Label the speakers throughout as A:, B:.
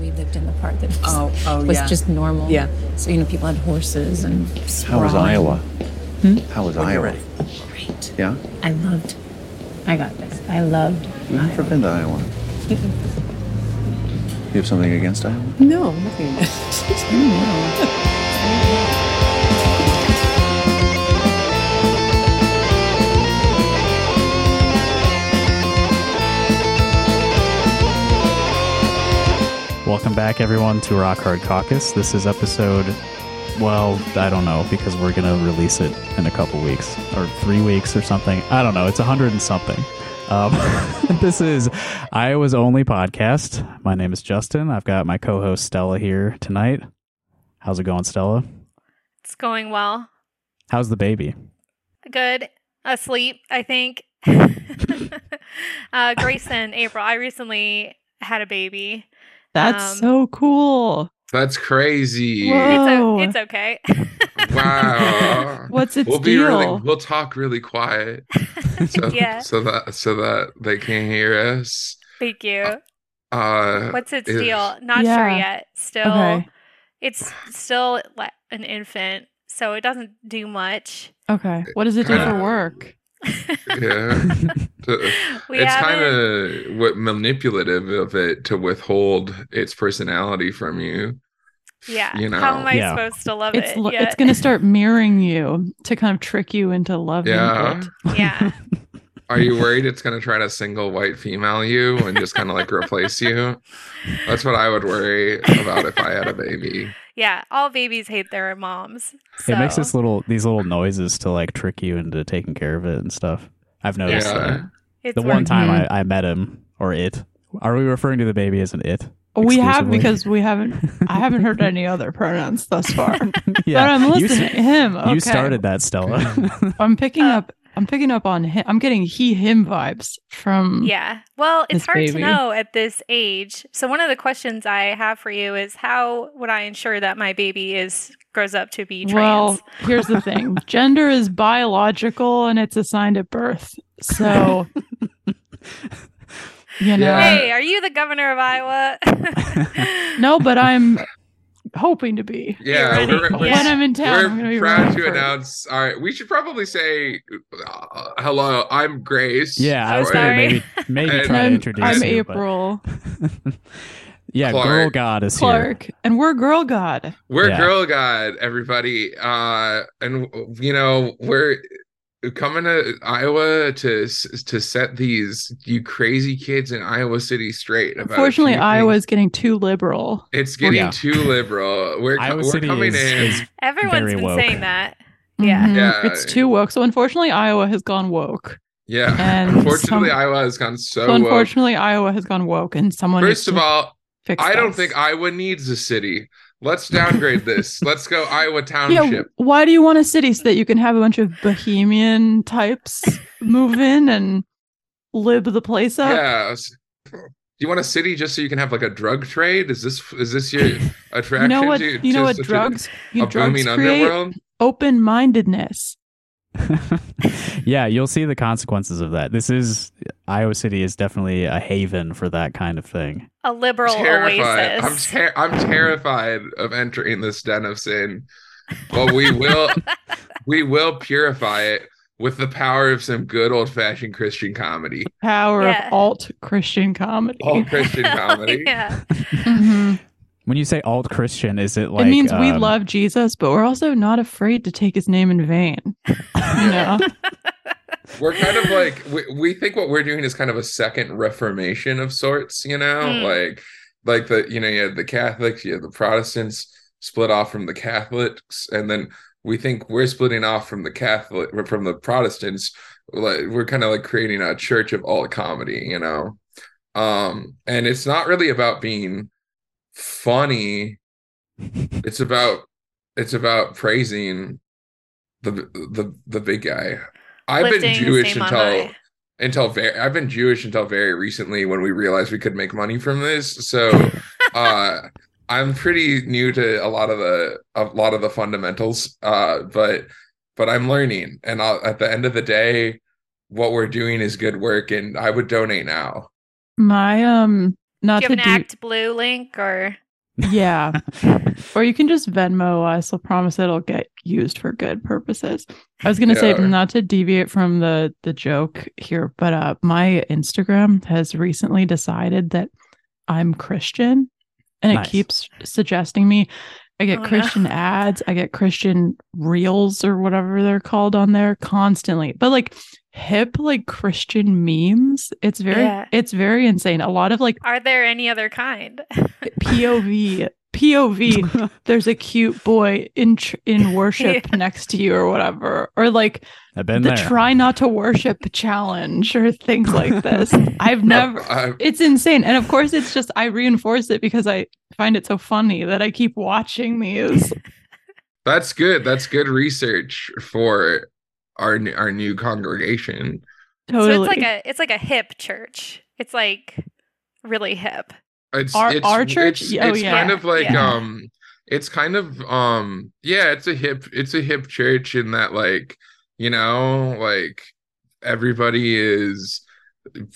A: lived in the part that was,
B: Oh, oh,
A: was
B: yeah.
A: just normal.
B: Yeah.
A: So you know, people had horses and.
C: How was
A: sprawling.
C: Iowa? How was
B: When you're
C: Iowa?
B: ready.
A: Great.
C: Yeah,
A: I loved. I got this. I loved.
C: we've never been to Iowa. You have something against Iowa?
B: No, nothing.
D: Welcome back, everyone, to Rock Hard Caucus. This is episode, well, I don't know, because we're going to release it in a couple weeks or three weeks or something. I don't know. It's a 100 and something. Um, this is Iowa's only podcast. My name is Justin. I've got my co host Stella here tonight. How's it going, Stella?
E: It's going well.
D: How's the baby?
E: Good. Asleep, I think. uh, Grayson, April. I recently had a baby.
F: That's
E: Um,
F: so cool.
G: That's crazy.
F: Whoa.
E: It's, o-
F: Oh.
E: it's okay.
G: Wow.
F: What's its
G: we'll be
F: deal?
G: really we'll talk really quiet. So,
E: Yeah.
G: so that so that they can't hear us.
E: Thank you.
G: Uh
E: What's its
G: is-
E: deal? Not sure
F: Yeah.
E: yet. Still,
F: Okay.
E: it's still like an infant, so it doesn't do much.
F: Okay. What does it do for
G: kinda-
F: work?
G: yeah. To-
E: We
G: it's kind
E: haven't-
G: of what manipulative of it to withhold its personality from you.
E: yeah.
G: you
E: How am
G: know.
E: I
D: Yeah.
E: supposed to love
F: It's
E: it?
F: lo-
E: yet?
F: it's going to start mirroring you to kind of trick you into loving
G: Yeah.
F: it.
E: yeah.
G: Are you worried it's going to try to single white female you and just kind of like replace you? That's what I would worry about if I had a baby.
E: Yeah. All babies hate their moms. So.
D: It makes this little these little noises to like trick you into taking care of it and stuff. I've noticed
G: Yeah.
D: that.
E: It's
D: the one
E: working.
D: time I, I met him or it. Are we referring to the baby as an it?
F: We have
D: Exclusively.
F: because we haven't. I haven't heard any other pronouns thus far. But I'm
D: You,
F: listening
D: s-
F: to him.
D: you
F: okay.
D: started that, Stella.
F: I'm picking
E: Uh,
F: up. I'm picking up on him. I'm getting he him vibes from.
E: Yeah. Well, it's
F: This
E: hard
F: baby.
E: to know at this age. So one of the questions I have for you is how would I ensure that my baby is grows up to be
F: Well,
E: trans?
F: here's the thing: gender is biological and it's assigned at birth. So, you know,
G: Yeah.
E: hey, are you the governor of Iowa?
F: no, but I'm hoping to be.
G: Yeah,
E: ready.
G: we're,
E: Yeah.
F: When I'm in town, I'm going
G: We're
F: be
G: proud
F: running
G: to
F: for-
G: announce. All right, we should probably say, uh, "Hello, I'm Grace."
D: yeah, I was
G: Or-
D: gonna
E: Sorry.
D: maybe maybe
G: And
D: try to
F: I'm-
D: introduce
F: I'm
D: you, but-
F: April
D: yeah, Girl
G: Clark.
D: God is
F: Clark, and we're Girl God.
G: We're
D: Yeah.
G: Girl God, everybody. Uh, and you know, we're coming to Iowa to s- to set these you crazy kids in Iowa City straight. About a
F: Unfortunately,
G: few
F: Iowa
G: things.
F: is getting too liberal.
G: It's getting
D: Yeah.
G: too liberal. We're
D: here.
G: co-
D: Iowa
G: we're
D: City
G: coming
D: is,
G: in.
D: is
E: Everyone's
D: Very
E: been
D: woke.
E: saying that. Yeah.
F: Mhm.
G: Yeah.
F: it's too woke. So, unfortunately, Iowa has gone woke.
G: yeah.
F: And
G: Unfortunately,
F: some-
G: Iowa has gone so.
F: so,
G: woke.
F: unfortunately, Iowa has gone woke, and someone
G: First
F: needs
G: of
F: to
G: all,
F: fix
G: I don't
F: this.
G: think Iowa needs a city. Let's downgrade this. Let's go Iowa
F: Yeah,
G: Township.
F: why do you want a city so that you can have a bunch of bohemian types move in and lib the place up?
G: Yeah. Do you want a city just so you can have like a drug trade? Is this is this your
F: you
G: attraction?
F: know what?
G: to,
F: You know
G: to
F: what?
G: such a-
F: Drugs.
G: A,
F: you drugs
G: booming
F: create
G: underworld.
F: open mindedness.
D: yeah, you'll see the consequences of that. This is Iowa City is definitely a haven for that kind of thing.
E: A liberal
G: Terrified. I'm
E: oasis.
G: ter- I'm terrified of entering this den of sin. But we will we will purify it with the power of some good old fashioned Christian comedy.
F: Power
E: Yeah.
F: of alt Christian comedy.
G: All Christian comedy.
E: yeah. Mm-hmm.
F: Mhm.
D: When you say alt Christian, is it like
F: it means we
D: um,
F: love Jesus, but we're also not afraid to take his name in vain. You know?
G: We're kind of like we, we think what we're doing is kind of a second reformation of sorts, you know,
E: Mm.
G: like like the you know you had the Catholics, you had the Protestants split off from the Catholics, and then we think we're splitting off from the Catholic from the Protestants. Like we're kind of like creating a church of all comedy, you know, um, and it's not really about being funny. It's about it's about praising the the the big guy. I've been
E: Lifting the
G: Jewish
E: same on
G: until
E: high.
G: until very I've been Jewish until very recently when we realized we could make money from this. So uh I'm pretty new to a lot of the a lot of the fundamentals. Uh but but I'm learning and I'll, at the end of the day what we're doing is good work and I would donate now.
F: My um
E: Do
F: not
E: you have
F: to
E: an
F: do
E: act blue link or
F: Yeah.
D: um,
F: Or you can just Venmo us. I'll promise it'll get used for good purposes. I was gonna say
G: Yeah.
F: not to deviate from the the joke here, but uh my Instagram has recently decided that I'm Christian and
D: Nice.
F: it keeps suggesting me I get
E: Oh, no.
F: Christian ads, I get Christian reels or whatever they're called on there constantly. But like hip like Christian memes, it's very
E: Yeah.
F: it's very insane. A lot of like
E: Are there any other kind?
F: POV POV there's a cute boy in tr- in worship next to you or whatever or like
D: I've been
F: the
D: there.
F: try not to worship challenge or things like this I've never
G: I,
F: it's insane and of course it's just I reinforce it because I find it so funny that I keep watching these
G: that's good. That's good research for our n- our new congregation.
F: totally
E: So it's like a it's like a hip church. It's like really hip.
G: It's
F: Our-
G: it's,
F: our church?
G: It's,
F: Oh,
G: it's
F: yeah.
G: kind of like
E: Yeah.
G: um, it's kind of um, yeah. It's a hip. It's a hip church in that like you know like everybody is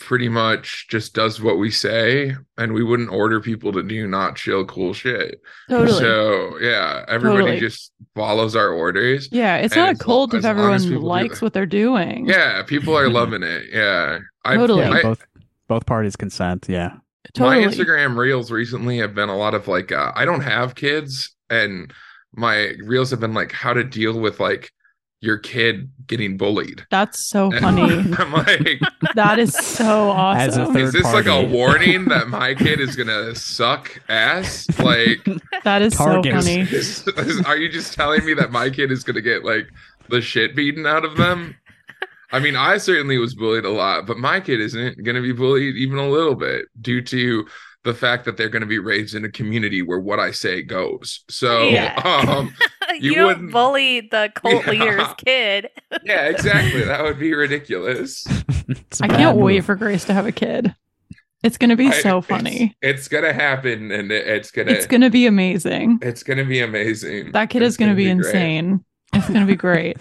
G: pretty much just does what we say, and we wouldn't order people to do not chill cool shit.
F: totally
G: So yeah, everybody
F: Totally.
G: just follows our orders.
F: yeah it's
G: and
F: not a
G: as lo-
F: cult if
G: as long
F: everyone
G: as people do
F: likes
G: that.
F: what they're doing
G: Yeah, people are loving it. Yeah, I,
F: Totally.
D: Yeah,
G: I,
D: both both parties consent. Yeah.
F: totally
G: My Instagram reels recently have been a lot of like, uh, I don't have kids, and my reels have been like how to deal with like your kid getting bullied.
F: that's so
G: And
F: funny
G: I'm like,
F: that is so awesome
D: As a
G: is
D: Third
G: this like a
D: party.
G: warning that my kid is gonna suck ass? Like,
F: that is
D: Target.
F: so funny
G: is- is- are you just telling me that my kid is gonna get like the shit beaten out of them? I mean, I certainly was bullied a lot, but my kid isn't gonna be bullied even a little bit due to the fact that they're gonna be raised in a community where what I say goes. So,
E: Yeah.
G: um,
E: you
G: You
E: don't
G: wouldn't-
E: bully the cult
G: Yeah.
E: leader's kid.
G: yeah, exactly. That would be ridiculous.
D: It's a
F: I
D: bad
F: can't wait
D: move.
F: for Grace to have a kid. It's going to be
G: I-
F: so
G: it's-
F: funny.
G: It's, gonna happen, and it- it's gonna
F: It's going to be amazing.
G: it's gonna be amazing.
F: That kid
G: It's
F: is going to
G: gonna
F: be
G: great.
F: insane. It's going to be great.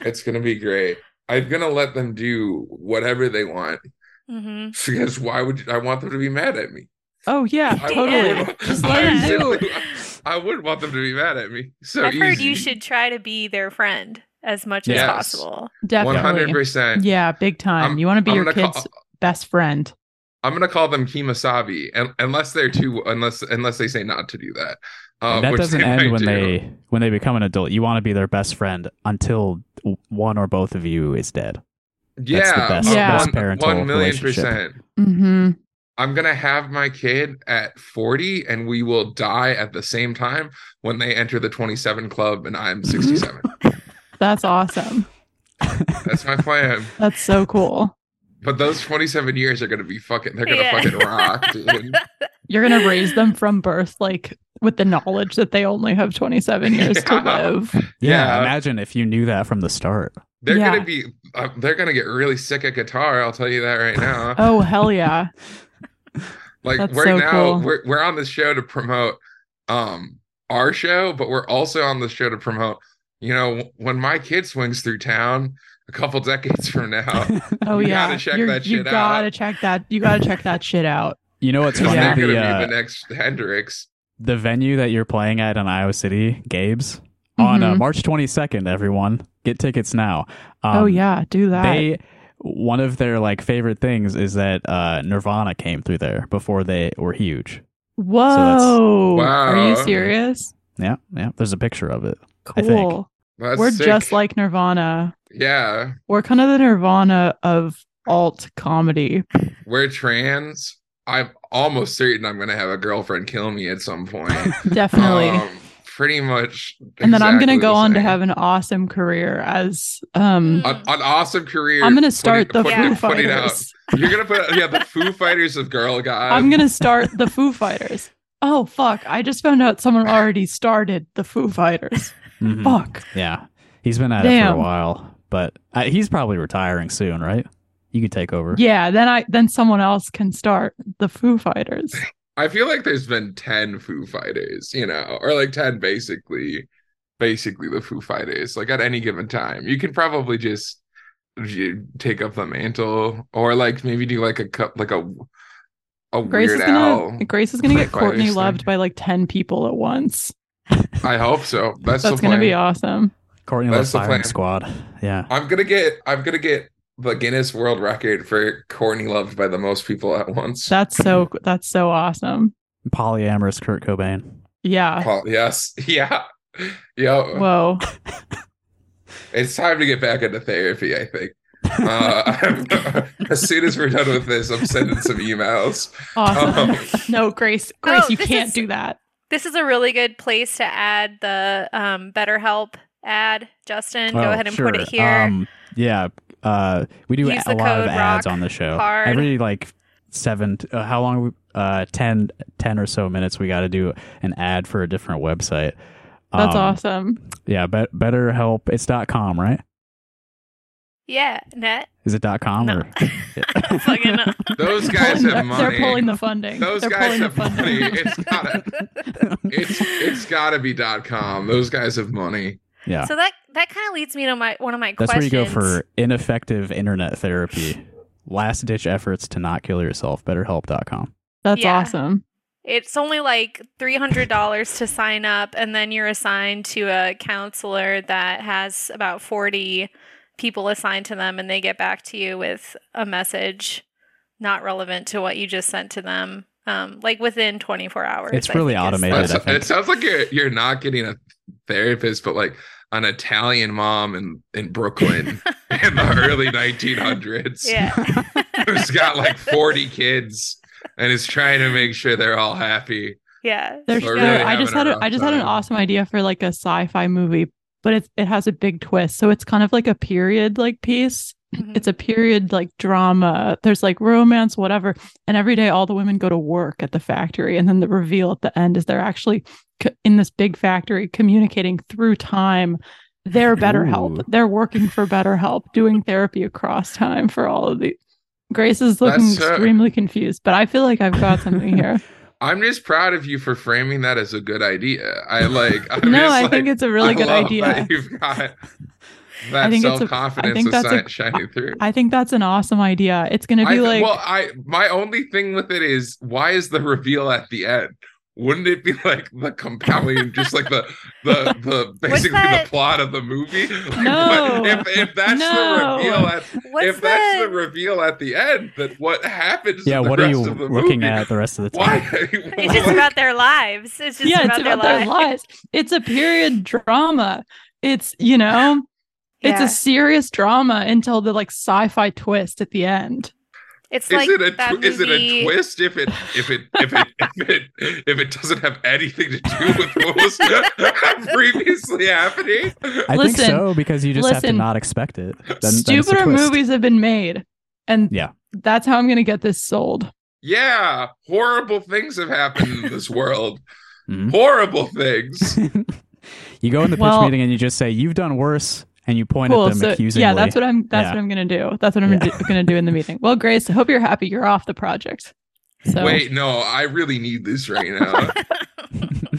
G: It's gonna be great. I'm gonna let them do whatever they want.
E: hmm
G: Because why would you, I want them to be mad at me?
F: Oh, yeah,
G: I
F: totally.
G: would-
F: Just
G: I
F: let him do.
G: would- I would want them to be mad at me. So
E: I've heard you
G: easy.
E: should try to be their friend as much as
G: Yes.
E: possible.
G: one hundred
F: Definitely.
G: percent.
F: Yeah, big time.
G: I'm-
F: you want to be
G: I'm
F: your
G: gonna
F: kid's
G: call-
F: best friend.
G: I'm gonna call them Kimasabi, and unless they're too, unless unless they say not to do that. Uh,
D: that
G: which
D: doesn't
G: they might
D: end when
G: do.
D: they when they become an adult. You want to be their best friend until w- one or both of you is dead.
G: Yeah,
D: best-
G: uh,
F: Yeah.
D: best
G: one-
D: parental
G: one million
D: relationship.
G: percent.
F: Mm-hmm.
G: I'm gonna have my kid at 40, and we will die at the same time when they enter the 27 club, and I'm 67.
F: That's awesome.
G: That's my plan.
F: That's so cool.
G: But those 27 years are gonna be fucking. They're gonna
E: Yeah.
G: fucking rock, dude.
F: You're going to raise them from birth, like with the knowledge that they only have 27 years to
G: Yeah.
F: live.
D: Yeah,
G: Yeah.
D: Imagine if you knew that from the start.
G: They're
F: Yeah.
G: gonna be. Uh, they're gonna get really sick at guitar. I'll tell you that right now.
F: Oh, hell yeah.
G: like
F: that's
G: we're
F: so
G: now
F: cool.
G: we're we're on the show to promote um our show, but we're also on the show to promote. You know, when my kid swings through town a couple decades from now,
F: Oh,
G: You
F: yeah.
G: gotta check that
F: you
G: shit out.
F: gotta check that. You got to check that shit out.
D: You know what's
G: they're
D: funny?
F: Yeah.
G: gonna
D: The,
G: be
D: uh,
G: the next Hendrix.
D: the venue that you're playing at in Iowa City, Gabe's, on uh,
F: Mhm.
D: March 22nd. Everyone, get tickets now. Um,
F: oh yeah, do that.
D: They one of their like favorite things is that uh, Nirvana came through there before they were huge.
F: Whoa. Are
G: Wow.
F: you serious?
D: Yeah, yeah. There's a picture of it. I think.
F: Cool.
G: That's
F: We're
G: sick.
F: just like Nirvana.
G: yeah,
F: We're kind of the Nirvana of alt comedy.
G: we're trans. I'm almost certain I'm gonna have a girlfriend kill me at some point.
F: Definitely.
G: Um, pretty much.
F: and then I'm going to
G: exactly
F: go
G: the
F: on to
G: same.
F: have an awesome career as
D: Mm-hmm.
F: um
E: Mm.
G: an, an awesome career.
F: I'm going to
G: Put
F: start
G: it-
F: the
G: put it-
F: Foo
G: put it out.
F: Fighters.
G: You're gonna put yeah the Foo Fighters of Girl God.
F: I'm going to start the Foo Fighters. Oh fuck, I just found out someone already started the Foo Fighters.
D: Mhm.
F: Fuck.
D: Yeah, he's been at it for
F: Damn.
D: a while, but uh, he's probably retiring soon, right? You could take over.
F: Yeah, then I then someone else can start the Foo Fighters.
G: I feel like there's been ten Foo Fighters, you know, or like ten basically, basically the Foo Fighters. Like at any given time, you can probably just you take up the mantle, or like maybe do like a cup, like a a
F: Grace
G: weird
F: is gonna
G: owl.
F: Grace is gonna get
G: By
F: Courtney
G: this thing.
F: loved by like ten people at once.
G: I hope so. That's,
F: That's
G: the
F: gonna
G: plan.
F: be awesome.
D: Courtney
G: That's
D: loves
G: the
D: firing
G: plan.
D: squad. Yeah.
G: I'm gonna get. I'm gonna get the Guinness World Record for Courtney loved by the most people at once.
F: That's so that's so awesome.
D: Polyamorous Kurt Cobain.
F: Yeah.
G: Paul- yes. Yeah. Yo.
F: Whoa.
G: It's time to get back into therapy, I think. Uh, as soon as we're done with this, I'm sending some emails.
F: Awesome.
G: Um,
F: no, Grace. Grace,
E: Oh,
F: you
E: this
F: can't
E: is-
F: do that.
E: This is a really good place to add the um, BetterHelp ad. Justin, go
D: Oh,
E: ahead and put
D: sure.
E: it here.
D: Um, yeah. Uh, we do
E: Use
D: a
E: the
D: lot of
E: code
D: ads
E: ROCK
D: on the show.
E: hard.
D: Every like seven, uh, how long? Are we, uh, 10, 10 or so minutes, we got to do an ad for a different website.
F: That's
D: Um,
F: awesome.
D: Yeah. Bet- BetterHelp. It's dot com, right?
E: yeah, net.
D: Is it dot com
E: No.
D: or?
E: Fucking
G: Those
F: They're
G: guys
F: pulling
G: have
F: the-
G: money.
F: They're pulling the funding.
G: Those
F: they're
G: guys
F: pulling
G: have
F: the funding.
G: money. It's gotta, it's it's gotta be dot com. Those guys have money.
D: yeah.
E: So that that kind of leads me to my one of my
D: That's
E: questions.
D: where you go for ineffective internet therapy. Last ditch efforts to not kill yourself. BetterHelp.com.
F: That's
E: Yeah.
F: awesome.
E: It's only like three hundred dollars to sign up, and then you're assigned to a counselor that has about forty people assigned to them, and they get back to you with a message not relevant to what you just sent to them, um, like within twenty four hours.
D: It's
E: I
D: really
E: think is-
D: automated.
G: That's-
D: I think.
G: it sounds like you're you're not getting a therapist, but like an Italian mom in in Brooklyn in the early 1900s.
E: Yeah.
G: Who's got like 40 kids and is trying to make sure they're all happy.
E: Yeah.
F: They're,
G: We're
E: You know,
F: they're-
G: really
F: I just had
G: having a
F: a,
G: rough
F: I just had an
G: time.
F: awesome idea for like a sci-fi movie, but it's it has a big twist. So it's kind of like a period like piece.
E: Mhm.
F: It's a period like drama. There's like romance, whatever. And every day, all the women go to work at the factory, and then the reveal at the end is they're actually co- in this big factory communicating through time. They're BetterHelp.
D: Ooh.
F: They're working for BetterHelp, doing therapy across time for all of the. Grace is looking
G: That's her.
F: extremely confused, but I feel like I've got something here.
G: I'm just proud of you for framing that as a good idea. I like. I'm
F: no,
G: just
F: I
G: like-
F: think it's a really
G: I
F: good
G: love
F: idea.
G: That you've got that
F: think it's a- I
G: self confidence
F: think
G: is
F: that's a-
G: si- shining through.
F: I think that's an awesome idea. It's going to
G: I
F: be
G: th-
F: like,
G: well, I my only thing with it is why is the reveal at the end? Wouldn't it be like the compelling, just like the the the basically the
E: that?
G: plot of the movie? Like, what-
F: No.
G: if, if that's
F: No.
G: the reveal at
E: What's
G: if that's the
E: the-
G: reveal at the end, then what happens?
D: yeah.
G: in the
D: What are
G: rest
D: you
G: of the
D: looking
G: movie?
D: at the rest of the
G: Why?
D: time?
E: It's just about their lives. It's just
F: yeah,
E: about,
F: it's about
E: their,
F: their
E: lives.
F: lives. It's a period drama. It's, you know, it's
E: Yeah.
F: a serious drama until the like sci-fi twist at the end.
E: It's
G: is
E: like
G: it a
E: that
G: tw- is it
E: movie-
G: a twist if it if it if it if it, if it doesn't have anything to do with what was previously happening?
D: I
F: Listen,
D: think so because you just have to
F: listen.
D: not expect it. Then- then it's a
F: Stupider
D: twist.
F: movies have been made. And
D: Yeah.
F: that's how I'm going to get this sold.
G: Yeah, horrible things have happened in this world.
D: Mhm.
G: Horrible things.
D: you go in the
F: Well-
D: pitch meeting and you just say you've done worse, and you point at
F: Cool.
D: them
F: So
D: accusingly.
F: yeah, that's what I'm, that's
D: Yeah.
F: what I'm going to do. That's what I'm
D: Yeah.
F: going to do in the meeting. Well, Grace, I hope you're happy. You're off the project.
E: Oh.
F: So
G: Wait, no, I really need this right now.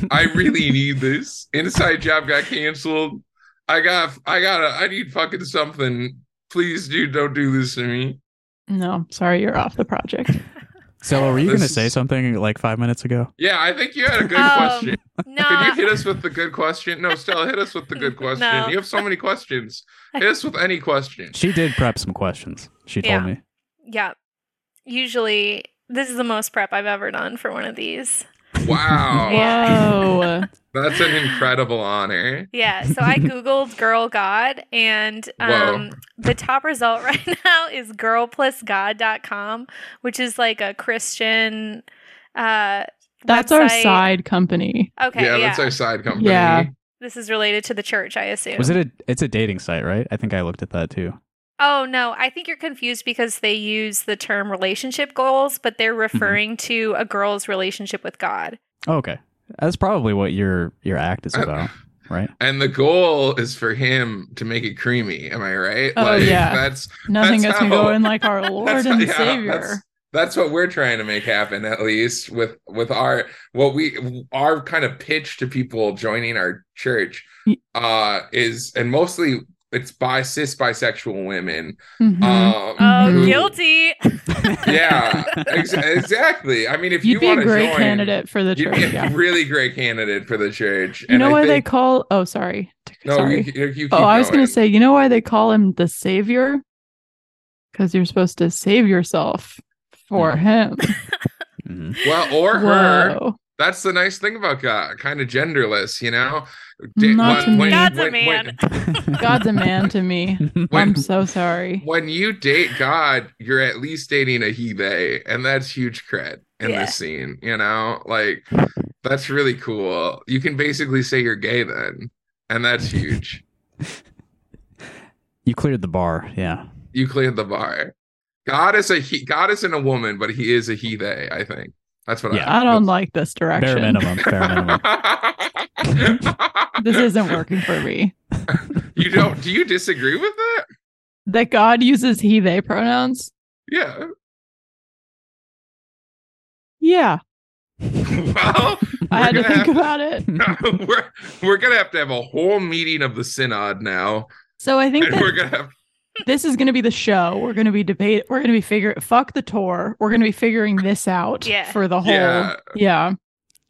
G: I really need this. Inside job got canceled. I got I got I need fucking something. Please do don't do this to me.
F: no, sorry. You're off the project.
D: So, were you
G: This
D: going to
G: is-
D: say something like five minutes ago?
G: Yeah, I think you had a good
E: Um,
G: question.
E: No,
G: Can you hit us with the good question? No, Stella, hit us with the good question.
E: No.
G: You have so many questions. Hit us with any question.
D: She did prep some questions. She told
E: Yeah.
D: me.
E: yeah. Usually, this is the most prep I've ever done for one of these.
G: Wow.
E: Yeah.
F: Whoa.
G: That's an incredible honor.
E: Yeah. So I googled "girl god" and
G: Whoa.
E: um, the top result right now is girlplusgod.com, which is like a Christian. Uh,
F: That's our
E: website.
F: side company.
E: Okay.
G: yeah,
E: Yeah.
G: that's our side company.
F: Yeah.
E: this is related to the church, I assume.
D: Was it a? It's a dating site, right? I think I looked at that too.
E: Oh no, I think you're confused because they use the term relationship goals, but they're
G: Mm-hmm.
E: referring to a girl's relationship with God.
D: Oh, okay, that's probably what your your act is
G: Uh,
D: about, right?
G: And the goal is for him to make it creamy. Am I right?
F: Oh, yeah.
G: That's
F: Nothing
G: That's
F: gets me
G: how-
F: going like our Lord
G: that's
F: and
G: yeah,
F: Savior.
G: That's, that's what we're trying to make happen, at least with with our what we our kind of pitch to people joining our church
F: Y-
G: uh is and mostly it's by cis bisexual women.
F: Mhm.
G: Um,
E: Oh,
G: who-
E: guilty.
G: Yeah, ex- exactly. I mean, if
F: You'd
G: you
F: be
G: want
F: a
G: to
F: great
G: join,
F: candidate for the
G: you'd
F: church.
G: be a
F: yeah.
G: really great candidate for the church.
F: You know
G: I
F: why they
G: think-
F: call? Oh, sorry. T-
G: No,
F: sorry.
G: you, you, you keep
F: oh, I was going
G: going.
F: to say, you know why they call him the savior? Because you're supposed to save yourself for him.
D: Mhm.
G: Well, or her.
F: Whoa.
G: That's the nice thing about God, kind of genderless, you know.
F: Not to me.
E: God's a man.
F: God's a man to me. I'm
G: When-
F: so sorry.
G: When you date God, you're at least dating a he they, and that's huge cred in
E: Yeah.
G: this scene. You know, like that's really cool. You can basically say you're gay then, and that's huge.
D: you cleared the bar. Yeah.
G: you cleared the bar. God is a he. God isn't a woman, but he is a he they. I think that's what
D: Yeah,
F: I don't like this
D: Bare
F: direction.
D: minimum. Bare minimum.
G: I.
F: This isn't working for me.
G: You don't? Do you disagree with that?
F: That God uses he, they pronouns?
G: Yeah.
F: Yeah.
G: Well,
F: I had
G: we're
F: to
G: gonna
F: think
G: have-
F: about it.
G: we're we're gonna have to have a whole meeting of the synod now,
F: So I think
G: and
F: that
G: we're gonna have
F: this is going to be the show. We're going to be debate. We're going to be figure. Fuck the tour. We're going to be figuring this out
E: Yeah.
F: for the whole.
G: Yeah.
F: Yeah.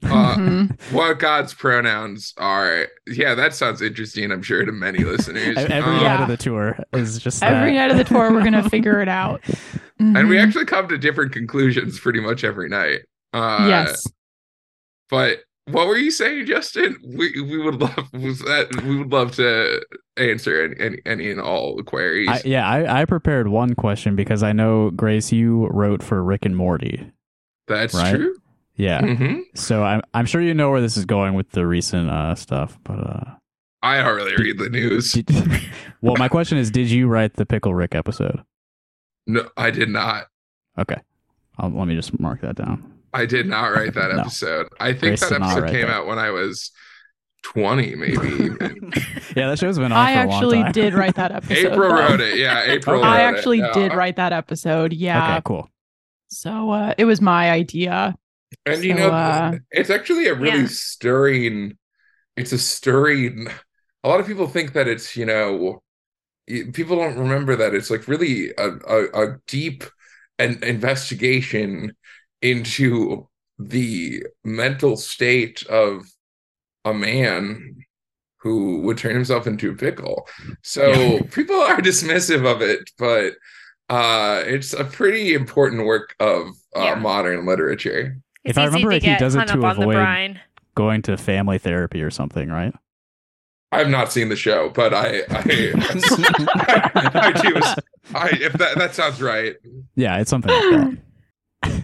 G: uh,
F: Mhm.
G: what God's pronouns are. Yeah, that sounds interesting. I'm sure to many listeners.
D: Every
G: Um,
D: night of the tour is just
F: Every
D: that.
F: night of the tour, we're going to figure it out.
G: and we
F: Mhm.
G: actually come to different conclusions pretty much every night. Uh,
F: yes.
G: But what were you saying, Justin? We we would love was that we would love to answer any any, any and all queries.
D: I, yeah, I, I prepared one question because I know Grace, you wrote for Rick and Morty.
G: That's
D: right.
G: true.
D: Yeah,
G: hmm
D: so I'm I'm sure you know where this is going with the recent uh, stuff, but uh,
G: I don't really read the news.
D: did, well, my question is, did you write the Pickle Rick episode?
G: No, I did not.
D: Okay, I'll, let me just mark that down.
G: I did not write that
D: No.
G: episode. I think
D: Grace
G: that
D: did not
G: episode
D: write
G: came
D: that.
G: out when I was twenty, maybe. even.
D: Yeah, that show's been on. for
F: I
D: a long
F: actually
D: time.
F: did write that episode.
G: April
F: though.
G: wrote it. Yeah, April.
F: I
G: wrote it.
F: actually
G: Yeah.
F: did write that episode. Yeah.
D: Okay, cool.
F: So uh, it was my idea.
G: And you
F: So,
G: know,
F: uh,
G: it's actually a really
E: Yeah.
G: stirring. It's a stirring. A lot of people think that it's you know, y- people don't remember that it's like really a a, a deep an investigation into the mental state of a man who would turn himself into a pickle. So
D: Yeah.
G: people are dismissive of it, but uh it's a pretty important work of uh,
E: Yeah.
G: modern literature.
D: If I
E: It's easy
D: remember
E: to
D: it, he
E: get
D: does it
E: hung
D: to
E: up on the
D: avoid-
E: brine.
D: Going to family therapy or something, right?
G: I've not seen the show, but I I, I do. I if that that sounds right.
D: Yeah, it's something like that.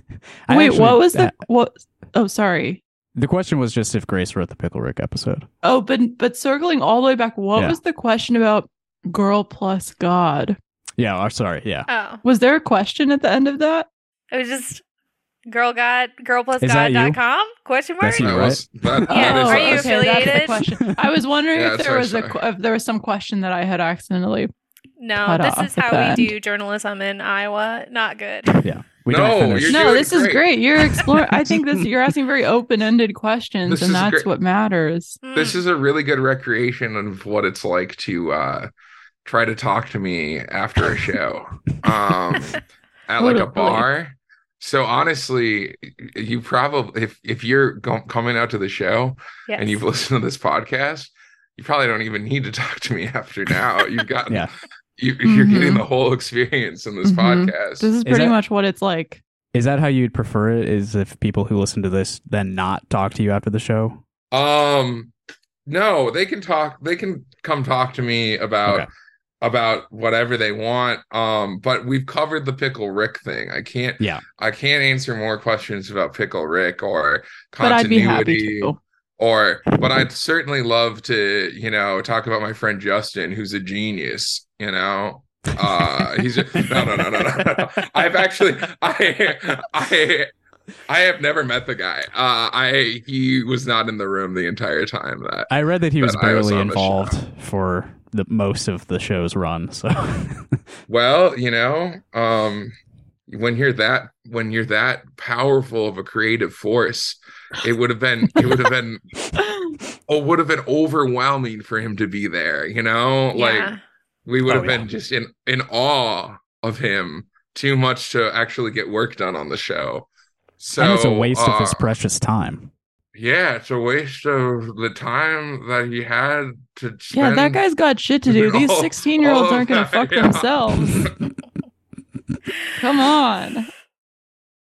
D: I
F: Wait,
D: actually-
F: what was the
D: uh,
F: what? Oh, sorry.
D: the question? Was just if Grace wrote the Pickle Rick episode?
F: Oh, but but circling all the way back, what
D: Yeah.
F: was the question about girl plus God?
D: Yeah, or sorry, yeah.
E: Oh,
F: Was there a question at the end of that?
E: it was just girl god girl plus
D: Is that
E: god
D: you?
E: dot com question mark.
D: That's you.
G: That
D: right?
G: was- that-
F: Uh,
E: Yeah,
G: that is
E: are you
F: okay, that's
G: us.
F: the
E: affiliated?
F: question. I was wondering
G: Yeah,
F: if there
G: sorry,
F: was a
G: sorry.
F: qu- if there was some question that I had accidentally.
E: No,
F: Cut
E: this
F: off
E: is
F: at
E: how
F: the
E: we
F: end.
E: do journalism in Iowa. Not good.
D: Yeah, we
G: No,
D: didn't finish.
G: You're
F: no,
G: doing
F: this is
G: great.
F: great. You're exploring. I think this you're asking very open ended questions,
G: This
F: and
G: is
F: that's
G: great.
F: what matters.
E: Mm.
G: This is a really good recreation of what it's like to uh try to talk to me after a show. Um at like a
F: Totally.
G: bar. So honestly, you probably if if you're go- coming out to the show,
E: Yes.
G: and you've listened to this podcast, you probably don't even need to talk to me after now. You've gotten,
D: Yeah.
G: you, you're getting
E: Mm-hmm.
F: Mhm.
G: the whole experience in this
F: Mhm.
G: podcast.
F: This is pretty
D: that-
F: much what it's like.
D: Is that how you'd prefer it? Is if people who listen to this then not talk to you after the show?
G: um, no, they can talk. They can come talk to me about
D: Okay.
G: about whatever they want. Um, but we've covered the pickle Rick thing. I can't.
D: Yeah.
G: I can't answer more questions about pickle Rick or
F: But I'd be
G: continuity.
F: happy to.
G: or but I'd certainly love to, you know, talk about my friend Justin, who's a genius, you know. Uh he's a, no, no no no no no. I've actually I I I have never met the guy. Uh I he was not in the room the entire time that
D: I read that he was
G: But I was
D: barely
G: on the
D: involved for the most of the show's run. So
G: well, you know, um when you're that when you're that powerful of a creative force, it would have been it would have been oh would have been overwhelming for him to be there, you know? Like
E: Yeah.
G: We
D: Oh,
G: would have
D: yeah.
G: been just in in awe of him. Too much to actually get work done on the show. So
D: and it's a waste of his
G: uh,
D: precious time.
G: Yeah, it's a waste of the time that he had to
F: Yeah,
G: spend.
F: that guy's got shit to do. These
G: all-
F: 16 year olds
G: all
F: aren't going to
G: that,
F: fuck
G: yeah.
F: themselves. Come on.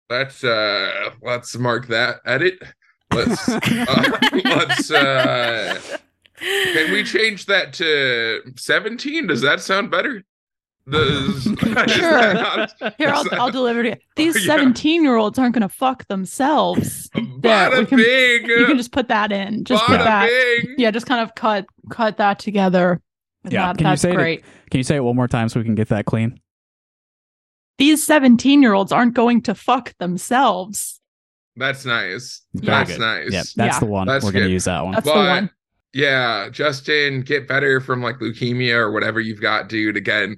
G: Let's uh, let's mark that edit. Let's uh, let's uh, can we change that to seventeen? Does that sound better? Does, is that
F: Sure.
G: not-
F: Here, I'll,
G: is that-
F: I'll deliver to you. These
G: Yeah.
F: 17 year olds aren't going to fuck themselves. There,
G: Bada
F: we can-
G: bing,
F: You can just put that in. Just put
G: bada
F: that.
G: bing.
F: Yeah, just kind of cut cut that together. And
D: Yeah,
F: that-
D: can you
F: that's
D: say it ag-
F: great.
D: Can you say it one more time so we can get that clean?
F: These 17 year olds aren't going to fuck themselves.
G: That's nice.
D: Very
G: That's
D: good.
G: nice.
D: Yeah, that's
F: Yeah.
D: the one.
G: That's
D: We're going to
G: good.
D: use that one.
F: That's the
G: But-
F: one.
G: Yeah, Justin, get better from like leukemia or whatever you've got, dude. Again,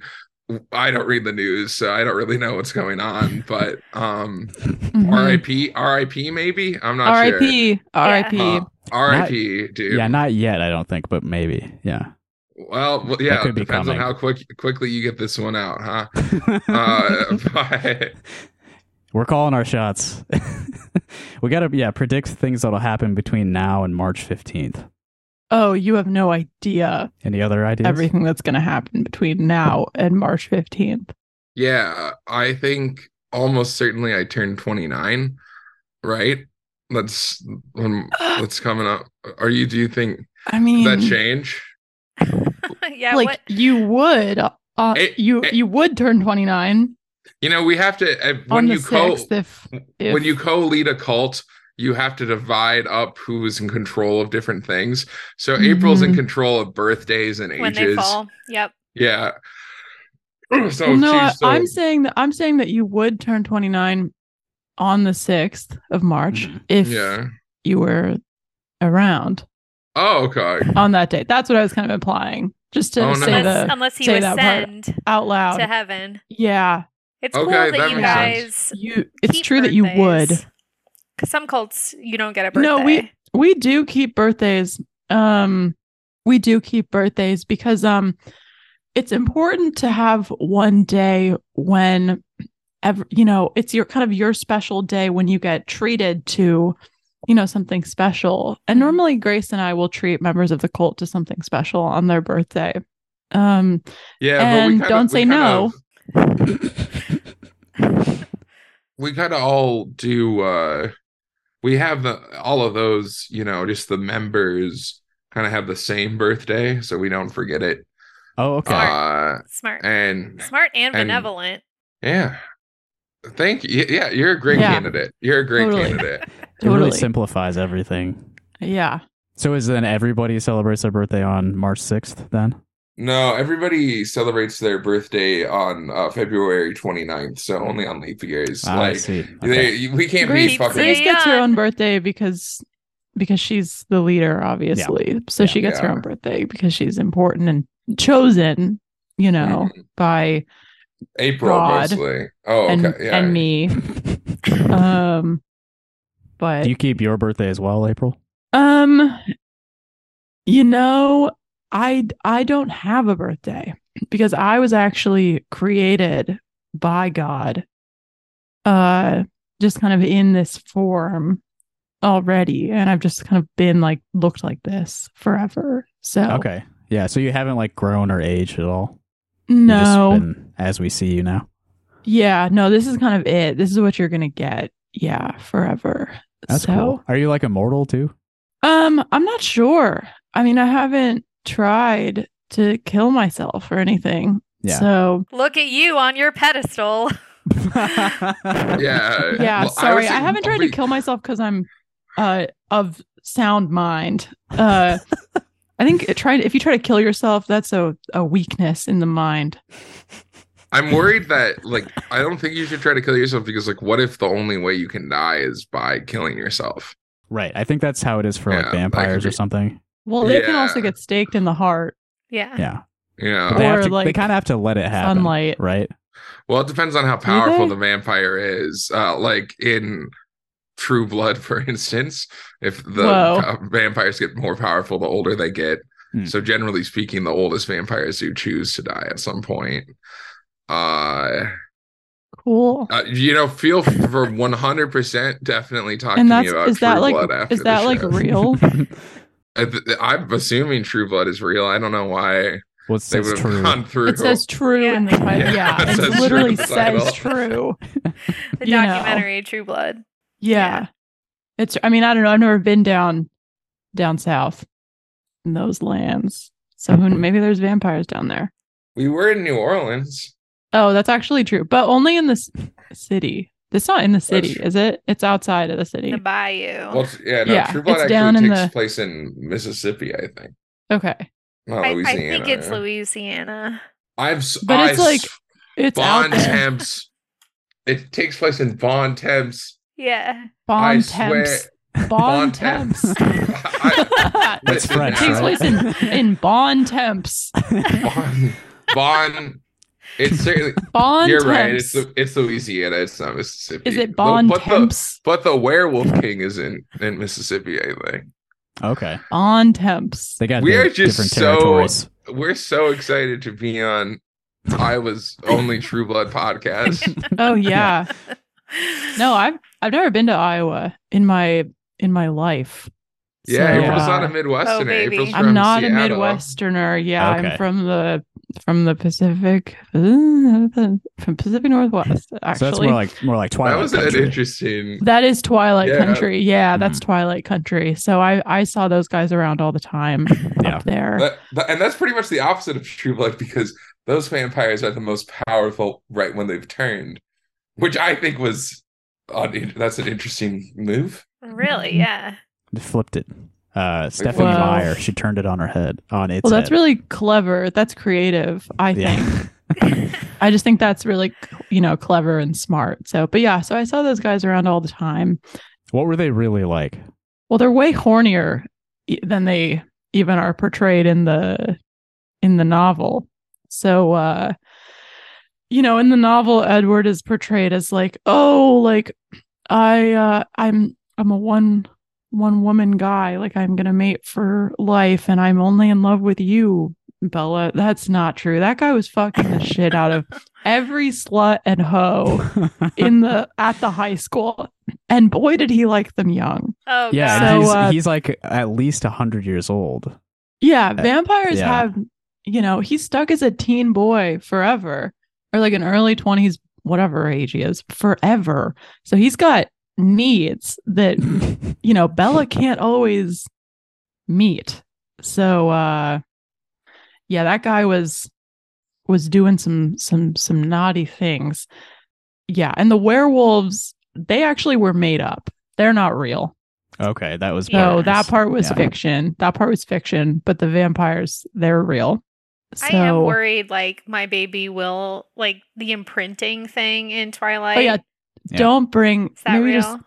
G: I don't read the news, so I don't really know what's going on. But um,
D: Mm.
F: Mhm.
G: R.I.P. R.I.P. Maybe I'm not sure.
F: R.I.P. R.I.P.
G: Uh, R.I.P. Dude.
D: Yeah, not yet, I don't think, but maybe. Yeah.
G: well, well, yeah,
D: could be
G: depends
D: coming.
G: on how quick quickly you get this one out, huh? Uh, but
D: We're calling our shots. we got to yeah, predict things that'll happen between now and March 15th.
F: Oh, you have no idea
D: Any other ideas?
F: everything that's going to happen between now and March 15th.
G: yeah, I think almost certainly I turned 29. Right? That's um, that's coming up. Are you? Do you think
F: I
G: does
F: mean,
G: that change?
E: yeah,
F: like
E: what?
F: you would uh,
G: It-
F: you
G: it-
F: you would turn 29
G: You know, we have to uh,
F: on
G: when
F: the
G: you co
F: 6th if, if
G: when you co-lead a cult, you have to divide up who is in control of different things. So April's in
F: Mhm.
G: control of birthdays and
E: When they
G: ages.
E: fall. Yep.
G: Yeah. So
F: Well, no I,
G: she's so-
F: i'm saying that i'm saying that you would turn 29 on the 6th of march
D: Mhm.
F: if
G: Mm-hmm. yeah.
F: you were around
G: Oh, okay.
F: on that date that's what i was kind of implying just to
G: Oh, no.
F: say
E: Unless,
F: the
E: unless you
F: say that part
E: ascend
F: out loud
E: to heaven.
F: yeah
E: It's
G: Okay,
E: cool that,
G: that
E: you
F: makes sense.
E: guys.
F: you it's true that you would
E: Because some cults, you don't get a birthday.
F: No, we we do keep birthdays. Um we do keep birthdays because um it's important to have one day when ever you know, it's your kind of your special day when you get treated to you know something special.
E: Mm-hmm.
F: And normally Grace and I will treat members of the cult to something special on their birthday. Um
G: Yeah, but we
F: And
G: kinda,
F: don't
G: we
F: say
G: kinda-
F: no.
G: we kind of all do uh we have the all of those, you know, just the members kind of have the same birthday, so we don't forget it.
D: Oh, okay.
G: Uh
E: Smart.
G: and
E: Smart and
G: and-
E: benevolent.
G: Yeah. Thank you. Yeah, you're a great
F: Yeah.
G: candidate. You're a great
F: Totally.
G: candidate.
D: It really
F: totally.
D: simplifies everything.
F: yeah.
D: So is then everybody celebrates their birthday on March 6th then?
G: No, everybody celebrates their birthday on uh, February 29th, so only on leap years.
D: Ah, I
G: like
D: see. Okay.
G: they, we can't
F: Great.
G: be fucking.
E: Great.
F: Grace gets her
E: Yeah.
F: own birthday because because she's the leader, obviously. So
D: Yeah.
F: she gets her
G: Yeah.
F: own birthday because she's important and chosen, you know, by
G: April
F: Rod
G: mostly. Oh,
F: and,
G: Mm-hmm. okay. Yeah.
F: and me. um, but
D: Do you keep your birthday as well, April?
F: um, you know, I I don't have a birthday because I was actually created by God, uh, just kind of in this form already, and I've just kind of been like looked like this forever. So
D: Okay. Yeah, so you haven't like grown or aged at all. You've just
F: no,
D: been as we see you now.
F: yeah, no, this is kind of it. This is what you're gonna get, yeah, forever.
D: That's
F: so,
D: cool. Are you like immortal too?
F: Um, I'm not sure. I mean, I haven't tried to kill myself or anything.
D: Yeah.
F: So
E: Look at you on your pedestal.
G: Yeah. uh,
F: yeah,
G: Well,
F: sorry.
G: was
F: I,
G: in-
F: haven't tried to
G: wait,
F: kill myself because I'm uh of sound mind. Uh I think it- trying if you try to kill yourself, that's a, a weakness in the mind.
G: I'm worried that like I don't think you should try to kill yourself because like what if the only way you can die is by killing yourself?
D: Right. I think that's how it is for
G: Yeah,
D: like
G: that could
D: vampires or
G: be-
D: something.
F: Well, they can also
G: Yeah.
F: get staked in the heart,
E: Yeah.
D: Yeah.
G: You know.
D: But they have
F: Or,
D: to, they
F: like,
D: kind of have to let it happen.
F: sunlight.
D: Right.
G: Well, it depends on how powerful
F: they?
G: the vampire is. Uh, like in True Blood, for instance, if the
F: Whoa.
G: uh, vampires get more powerful the older they get,
D: Hmm.
G: So generally speaking, the oldest vampires do choose to die at some point. Uh,
F: Cool.
G: uh you know, feel for one hundred percent definitely talk
F: And
G: to me
F: that's
G: about
F: is
G: True
F: that
G: Blood
F: like
G: after
F: is that
G: the
F: like
G: show.
F: real?
G: I th- I'm assuming True Blood is real. I don't know why
D: What
G: they
D: says
G: would
D: true?
G: have gone through.
F: It says true
E: Yeah.
F: in the title.
G: Yeah,
F: Yeah,
G: it
F: it
G: says true
F: literally
G: in the title.
F: says true.
E: The
F: You know.
E: documentary True Blood.
F: Yeah. It's I mean, I don't know. I've never been down down south in those lands. So who, maybe there's vampires down there.
G: we were in New Orleans.
F: Oh, that's actually true. But only in this city. It's not in the city,
G: true.
F: is it? It's outside of the city.
E: The Bayou.
G: Well, yeah, no,
F: Yeah,
G: True Blood
F: it's
G: actually
F: down in
G: takes
F: the-
G: place in Mississippi, I think.
F: Okay.
G: Not
E: I, I
G: Louisiana.
E: think it's Louisiana.
G: I've s-
F: But
G: I
F: it's like
G: s-
F: It's
G: Bon
F: out there.
G: Temps. It takes place in Bon Temps.
E: Yeah.
G: I
F: Bon
G: swear-
F: temps. Bon temps.
G: I-
D: That's
G: Listen,
D: French,
F: Takes
D: right?
F: place in, in Bon temps.
G: Bon, Bon. It's certainly.
F: Bon
G: you're
F: temps.
G: right. It's Lu- it's Louisiana. It's not Mississippi.
F: is
G: Though-
F: it Bon
G: but the,
F: temps?
G: but the Werewolf King is in in Mississippi. I think
D: Okay,
F: Bon temps.
D: they got
G: We
D: their
G: are just
D: different
G: so-
D: territories.
G: we're so excited to be on. I was only True Blood podcast.
F: Oh yeah. No, I've I've never been to Iowa in my in my life.
G: Yeah,
F: So,
G: April's not
F: uh,
G: a Midwesterner.
E: Oh, baby.
G: April's from
F: I'm not a
G: Seattle.
F: Midwesterner. Yeah,
D: Okay.
F: I'm from the from the Pacific from Pacific Northwest. Actually,
D: So that's more like more like Twilight.
G: That was an
D: Country.
G: interesting.
F: that is Twilight
G: Yeah.
F: Country. Yeah,
D: Mm-hmm.
F: that's Twilight Country. So I I saw those guys around all the time
D: Yeah.
F: up there.
G: That, that- and that's pretty much the opposite of True Blood because those vampires are the most powerful right when they've turned, which I think was on, that's an interesting move.
E: Really? Yeah.
F: Mm-hmm.
D: They flipped it. Uh, Stephanie
F: Wow.
D: Meyer, she turned it on her head. On its
F: well, that's
D: head.
F: really clever. That's creative. I think.
D: yeah.
F: I just think that's really you know clever and smart. So, but yeah, so I saw those guys around all the time.
D: what were they really like?
F: Well, they're way hornier e- than they even are portrayed in the in the novel. So uh you know, in the novel Edward is portrayed as like, "Oh, like I uh I'm I'm a one one woman guy. Like I'm going to mate for life and I'm only in love with you." Bella, that's not true. That guy was fucking the shit out of every slut and hoe in the at the high school. And boy did he like them young.
E: Oh,
D: yeah,
E: God.
D: and he's,
F: So, uh,
D: he's like at least hundred years old.
F: Yeah, vampires
D: yeah.
F: have, you know, he's stuck as a teen boy forever, or like an early 20s, whatever age he is, forever. So he's got needs that, you know, Bella can't always meet. So uh yeah, that guy was was doing some some some naughty things. Yeah, and the werewolves, they actually were made up. They're not real.
D: Okay, that was
E: Yeah.
F: So
D: bonkers.
F: that part was
D: Yeah.
F: fiction. That part was fiction, but the vampires, they're real. So,
E: I am worried, like, my baby will, like, the imprinting thing in Twilight.
F: oh yeah,
D: Yeah.
F: don't bring.
E: Is that
F: maybe
E: real?
F: Just,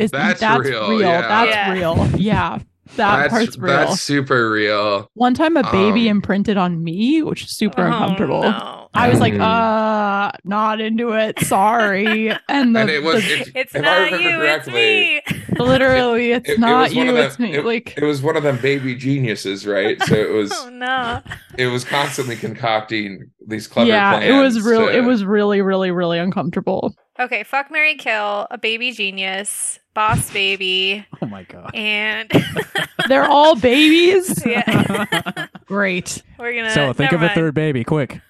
F: it's,
G: That's
F: that's,
G: real,
F: real.
G: yeah.
F: That's
E: Yeah.
F: real. Yeah, that part's real.
G: that's super real.
F: One time, a baby
G: um,
F: imprinted on me, which is super
E: Oh,
F: uncomfortable.
E: no.
F: I was like,
G: Mm.
F: uh, not into it. Sorry. And, the,
G: and it was
F: the-
G: if,
E: It's
G: if I
E: not
G: remember
E: you,
G: correctly,
E: it's me.
F: literally, it's
G: it- it
F: not
G: was one of
F: you,
G: the-
F: it's me.
G: it-
F: like,
G: it was one of them baby geniuses, right? So it was
E: Oh, no.
G: it was constantly concocting these clever
F: yeah,
G: plans.
F: it was real.
G: to-
F: It was really, really, really uncomfortable.
E: Okay, fuck Mary Kill, a baby genius, boss baby,
D: Oh my god.
E: and
F: They're all babies.
E: yeah.
F: Great.
E: We're gonna
D: so think
E: never
D: of a
E: mind.
D: third baby, quick.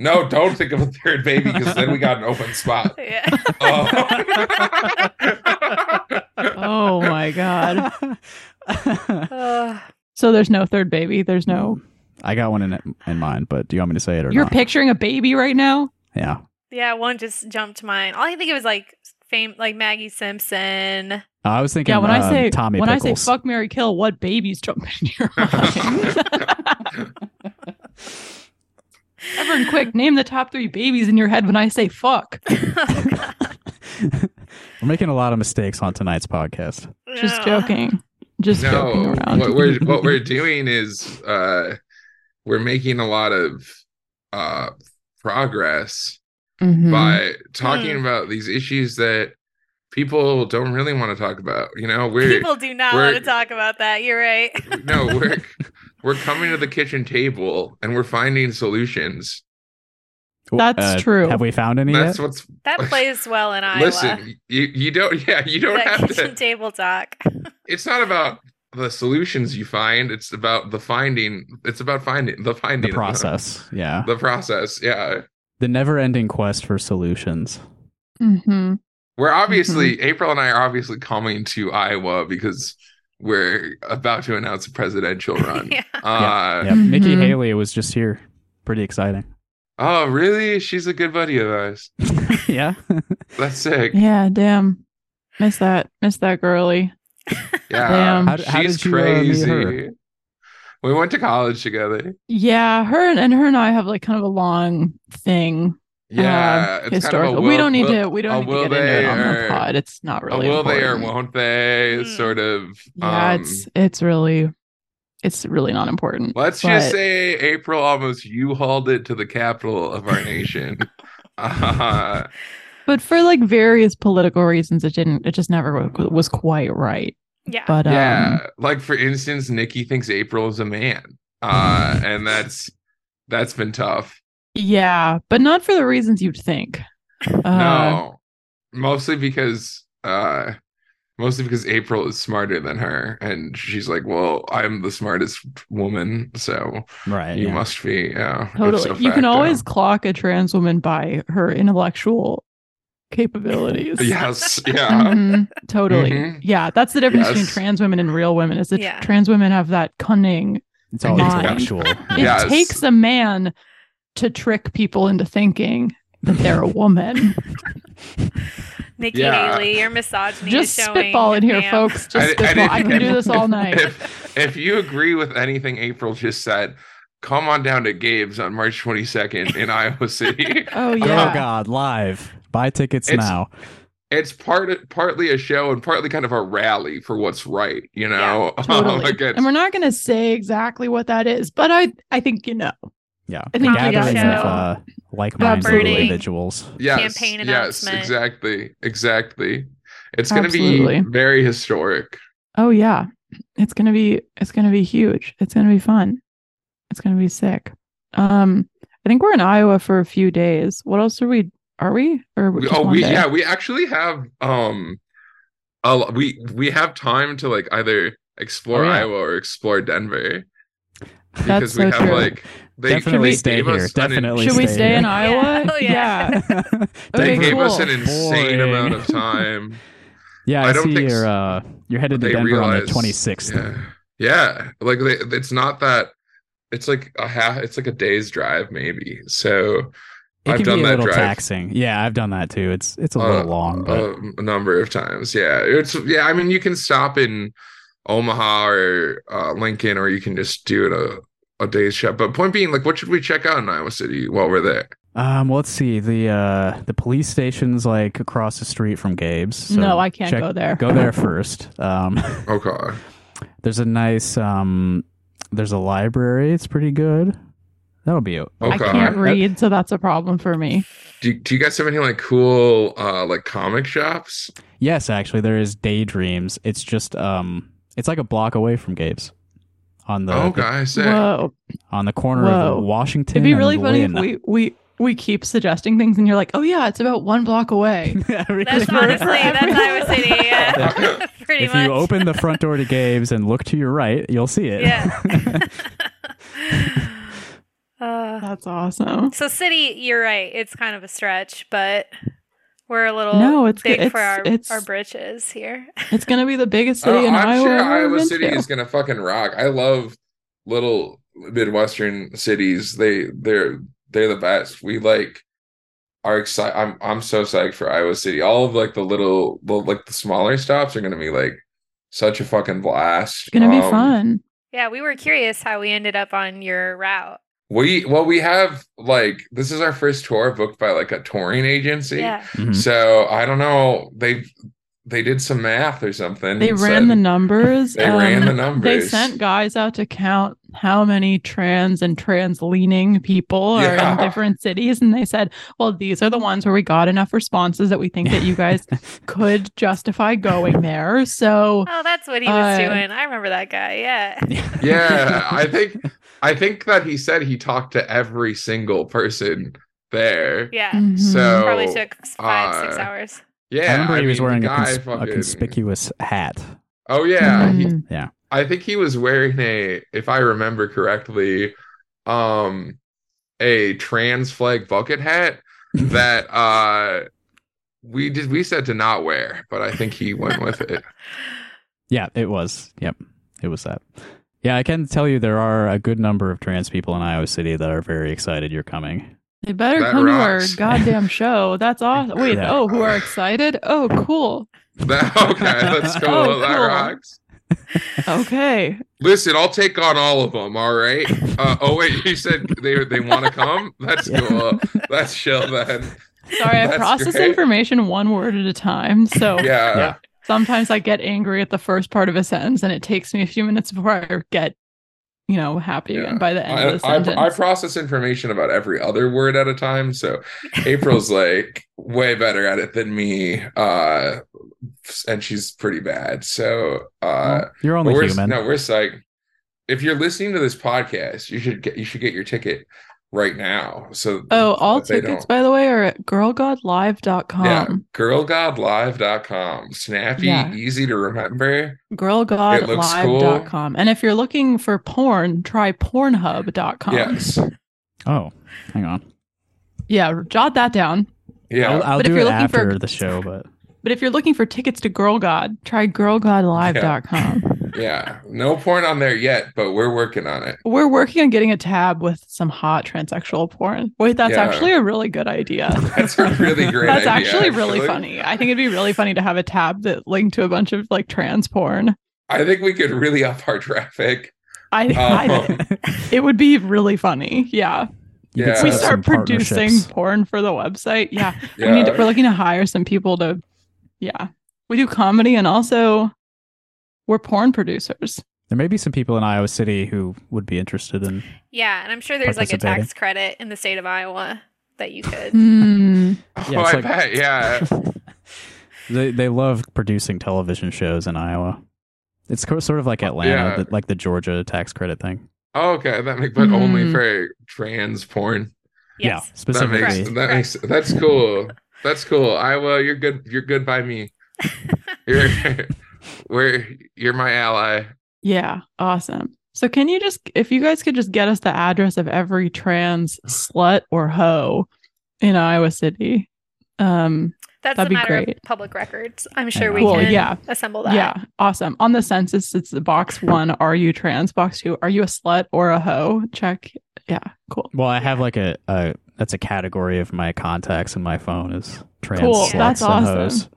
G: no. Don't think of a third baby because then we got an open spot. Um,
E: Yeah.
G: Oh.
F: oh my god
E: Ugh.
F: so there's no third baby there's no
D: I got one in in mind, but do you want me to say it or
F: you're
D: Mm, not?
F: picturing a baby right now
D: yeah.
E: yeah, one just jumped to mind. All I think it was like fame like Maggie Simpson.
D: I was thinking.
F: yeah when i
D: um,
F: say
D: Tommy
F: when i
D: Pickles.
F: say fuck mary kill what babies jump in your mind everyone quick name the top three babies in your head when i say fuck
D: we're making a lot of mistakes on tonight's podcast.
F: just
E: Ugh.
F: joking just joking
G: no,
F: around
G: what we're what we're doing is uh, we're making a lot of uh, progress
F: Mhm.
D: Mm-hmm.
G: by talking
E: Hmm.
G: about these issues that people don't really want to talk about. You know, we're
E: People do not
G: we're-
E: want to talk about that. You're right.
G: no, we're we're coming to the kitchen table and we're finding solutions.
F: That's true.
D: uh, Have we found any
G: That's
D: yet?
G: what's
E: That plays well in Iowa.
G: listen. You you don't yeah you don't
E: that
G: have
E: kitchen
G: to.
E: table talk.
G: It's not about the solutions you find. It's about the finding. It's about finding the finding
D: The
G: of them.
D: process. Yeah.
G: The process. Yeah.
D: The never ending quest for solutions.
F: Mm-hmm.
G: We're obviously April and I are obviously coming to Iowa because we're about to announce a presidential run.
E: Yeah.
G: Uh,
D: Yeah. Nikki
F: Mhm.
D: Haley was just here. Pretty exciting.
G: Oh, really? She's a good buddy of ours.
D: yeah.
G: That's sick.
F: Yeah, damn. Miss that. Miss that girly.
G: Yeah,
F: Damn.
D: How d- how
G: she's
D: did you, uh, meet
G: crazy.
D: her?
G: We went to college
F: Uh,
G: together.
F: Yeah, her and, and her and I have like kind of a long thing.
G: Yeah,
F: um, historical. we don't need to. We
G: a
F: don't need
G: will
F: to get into it
G: they
F: on
G: or-
F: the pod. It's not
G: A
F: really.
G: will they or
F: important.
G: won't they?
E: Mm.
G: Sort of.
F: Yeah,
G: um,
F: it's it's really, it's really not important.
G: Let's
F: but-
G: just say April almost you hauled it to the capital of our nation. uh,
F: But for like various political reasons, it didn't. It just never wa- was quite right.
E: Yeah.
F: But um,
G: yeah, like for instance, Nikki thinks April is a man, uh, and that's that's been tough.
F: yeah, but not for the reasons you'd think. Uh,
G: no, mostly because uh, mostly because April is smarter than her, and she's like, "Well, I'm the smartest woman, so
D: Right.
G: you
D: yeah.
G: must be." Yeah,
F: Totally.
G: ipso
F: you can
G: facto.
F: always clock a trans woman by her intellectual capabilities.
G: Yes. Yeah.
F: Mhm, Totally.
G: Mhm.
F: Yeah. That's the difference between
G: Yes.
F: trans women and real women is that
E: Yeah.
F: trans women have that cunning.
D: It's Oh, all
F: Mine. Oh,
D: intellectual.
F: It
D: Yeah.
G: Yes.
F: takes a man to trick people into thinking that they're a woman.
E: Nikki
G: Yeah.
E: Haley, your misogyny
F: Just
E: is showing.
F: spitball in here,
E: ma'am.
F: folks. Just
G: I- I
F: spitball. I,
G: didn't-
F: can do this all night.
G: if, if you agree with anything April just said, come on down to Gabe's on March 22nd in Iowa City.
F: Oh yeah.
D: Oh God! Live. Buy tickets
G: It's-
D: now.
G: It's part partly a show and partly kind of a rally for what's right, you know.
F: Totally.
G: against-
F: and we're not going to say exactly what that is, but I I think you know.
D: Yeah.
F: I think
D: a
F: you guys
D: gathering
E: know.
D: of uh, like-minded
E: Burning.
D: individuals.
G: yes,
E: campaign
G: yes,
E: announcement.
G: exactly, exactly. It's going to be
F: Absolutely.
G: very historic.
F: Oh yeah. It's going to be it's going to be huge. It's going to be fun. It's going to be sick. Um I think we're in Iowa for a few days. What else are we are we or
G: We-
F: just
G: oh,
F: one
G: we
F: day?
G: yeah, we actually have um, a, lo- we we have time to like either explore
D: Oh, yeah.
G: Iowa or explore Denver because
F: That's so
G: we have
F: true.
G: like they
D: Definitely
G: they
D: stay
G: gave
D: here.
G: us an in-
D: Definitely
F: Should we
D: stay
F: stay
D: here.
F: in Iowa?
E: Oh, yeah.
G: they
F: Okay,
G: gave us
F: cool.
G: an insane
D: Boring.
G: amount of time.
D: Yeah, I,
G: I don't
D: see
G: think
D: you're
G: s-
D: uh, you're headed to
G: they
D: Denver on
G: realize-
D: the 26th.
G: Yeah, yeah. Like they, it's not that. It's like a half. It's like a day's drive, maybe. So
D: It
G: I've
D: can
G: done
D: be a
G: that
D: little
G: drive.
D: taxing. Yeah, I've done that too. It's it's a
G: Uh,
D: little long, but
G: a number of times. Yeah, it's yeah. I mean, you can stop in Omaha or uh, Lincoln, or you can just do it a a day's shop. But point being, like, what should we check out in Iowa City while we're there?
D: um, let's see the uh, the police station's like across the street from Gabe's. so
F: no, I can't
D: check-
F: go there.
D: Go there first. Um,
G: Okay.
D: there's a nice um, there's a library. It's pretty good. That'll be it.
F: I
G: Okay.
F: can't read, so that's a problem for me.
G: Do, do you guys have any like cool uh like comic shops?
D: Yes, actually, there is Daydreams. It's just um, it's like a block away from Gabe's on the,
G: okay, I say.
F: Whoa.
D: on the corner
F: Whoa.
D: of Washington.
F: It'd be
D: and
F: really funny if
D: Lynn.
F: we we we keep suggesting things and you're like, "Oh yeah, it's about 1 block away."
D: Yeah, really.
E: That's honestly, that's Iowa City. Yeah. Pretty
D: if
E: much.
D: you open the front door to Gabe's and look to your right, you'll see it.
E: Yeah. uh,
F: That's awesome.
E: so, city, you're right. It's kind of a stretch, but we're a little
F: No, it's
E: big
F: good.
E: for
F: It's-
E: our,
F: it's-
E: our britches here.
F: It's gonna be the biggest city
G: Oh,
F: in
G: I'm
F: Iowa.
G: sure
F: I've ever
G: Iowa
F: been
G: City
F: to.
G: is gonna fucking rock. I love little midwestern cities. They they're they're the best. We like are excited. I'm I'm so psyched for Iowa City. All of like the little the, like the smaller stops are gonna be like such a fucking blast.
F: It's gonna be
G: Um,
F: fun.
E: Yeah, we were curious how we ended up on your route.
G: We well we have like this is our first tour booked by like a touring agency.
E: Yeah.
F: Hmm.
D: Mhm.
G: So I don't know. They they did some math or something.
F: They
G: and
F: ran the
G: said-
F: numbers.
G: They ran the
F: um, They
G: numbers.
F: sent guys out to count how many trans and trans leaning people are
G: Yeah.
F: in different cities. And they said, well, these are the ones where we got enough responses that we think that you guys could justify going there. So
E: Oh, that's what he was
F: Uh,
E: doing. I remember that guy. Yeah.
G: yeah i think i think that he said he talked to every single person there
E: Yeah.
F: mhm.
G: So-
E: Probably took s- five, six
G: uh,
E: hours.
G: yeah
D: I remember he was
G: mean, the
D: wearing a,
G: guy
D: cons- a
G: fucking-
D: conspicuous hat.
G: oh yeah he-
F: Mhm.
G: I think he was wearing a, if I remember correctly, um, a trans flag bucket hat that uh we did we said to not wear, but I think he went with it.
D: Yeah, it was. Yep, it was that. Yeah, I can tell you there are a good number of trans people in Iowa City that are very excited you're coming.
F: They better
G: That
F: come
G: rocks.
F: to our goddamn show. That's awesome. Wait,
D: Yeah.
F: oh, who are excited? Oh, cool.
G: That- okay, let's go.
F: Oh,
G: that
F: cool.
G: rocks.
F: Okay.
G: Listen, I'll take on all of them. All right. Uh, oh wait, you said they they want to come. That's
D: Yeah.
G: cool. That's chill then.
F: Sorry, I
G: That's
F: process
G: great.
F: information one word at a time. So
G: Yeah.
D: Yeah.
F: sometimes I get angry at the first part of a sentence and it takes me a few minutes before I get, you know, happy
G: Yeah.
F: again by the end
G: I,
F: of the sentence.
G: I, I process information about every other word at a time. So April's like way better at it than me. Uh, and she's pretty bad. So,
D: Well,
G: uh,
D: you're
G: but
D: only
G: we're,
D: human.
G: no, we're psyched. If you're listening to this podcast, you should get, you should get your ticket right now. So,
F: oh, all
G: but they
F: tickets,
G: don't.
F: by the way, are at girlgodlive.com.
G: yeah, girlgodlive.com. Snappy,
F: Yeah.
G: easy to remember.
F: Girlgodlive.com. And if you're looking for porn, try pornhub.com.
G: Yes.
D: oh, hang on.
F: yeah, jot that down.
G: Yeah.
D: I'll, I'll
F: But if
D: do it
F: you're looking for-
D: after the show, but
F: But if you're looking for tickets to Girl God, try girlgodlive.com.
G: Yeah. No porn on there yet, but we're working on it.
F: We're working on getting a tab with some hot transsexual porn. Wait, that's
G: Yeah.
F: actually a really good idea.
G: That's a really great
F: that's
G: idea,
F: actually really
G: actually.
F: funny. I think it'd be really funny to have a tab that linked to a bunch of like trans porn.
G: I think we could really up our traffic.
F: I,
G: Um,
F: I it would be really funny. Yeah.
D: you could
G: Yeah.
D: set
F: we
D: up some
F: start producing
D: partnerships.
F: porn for the website. Yeah.
G: yeah.
F: We need to, we're looking to hire some people to yeah. We do comedy and also we're porn producers.
D: There may be some people in Iowa City who would be interested in.
E: Yeah. And I'm sure there's like a
D: Participating.
E: tax credit in the state of Iowa that you could.
F: Hmm.
G: oh,
D: Yeah, it's
G: I
D: like-
G: bet. Yeah.
D: they they love producing television shows in Iowa. It's co- sort of like Atlanta,
G: Yeah.
D: the- like the Georgia tax credit thing.
G: Oh, okay. That makes, but only
F: Mhm.
G: for trans porn.
E: Yes.
D: Yeah,
G: That
D: specifically.
G: makes,
E: Correct.
G: that makes, that's cool. That's cool. Iowa, you're good. You're good by me. You're, we're, you're my ally.
F: Yeah, awesome. So can you just if you guys could just get us the address of every trans slut or hoe in Iowa City. Um
E: That's
F: That'd
E: a
F: be
E: matter of
F: great.
E: public records. I'm sure we
D: Cool,
E: can
F: yeah.
E: assemble that.
F: yeah, awesome. On the census it's the box 1 are you trans, box 2 are you a slut or a hoe? Check. Yeah, cool.
D: Well, I have like a, a that's a category of my contacts in my phone is trans
F: Cool,
D: sluts
F: that's
D: and
F: awesome.
D: hoes.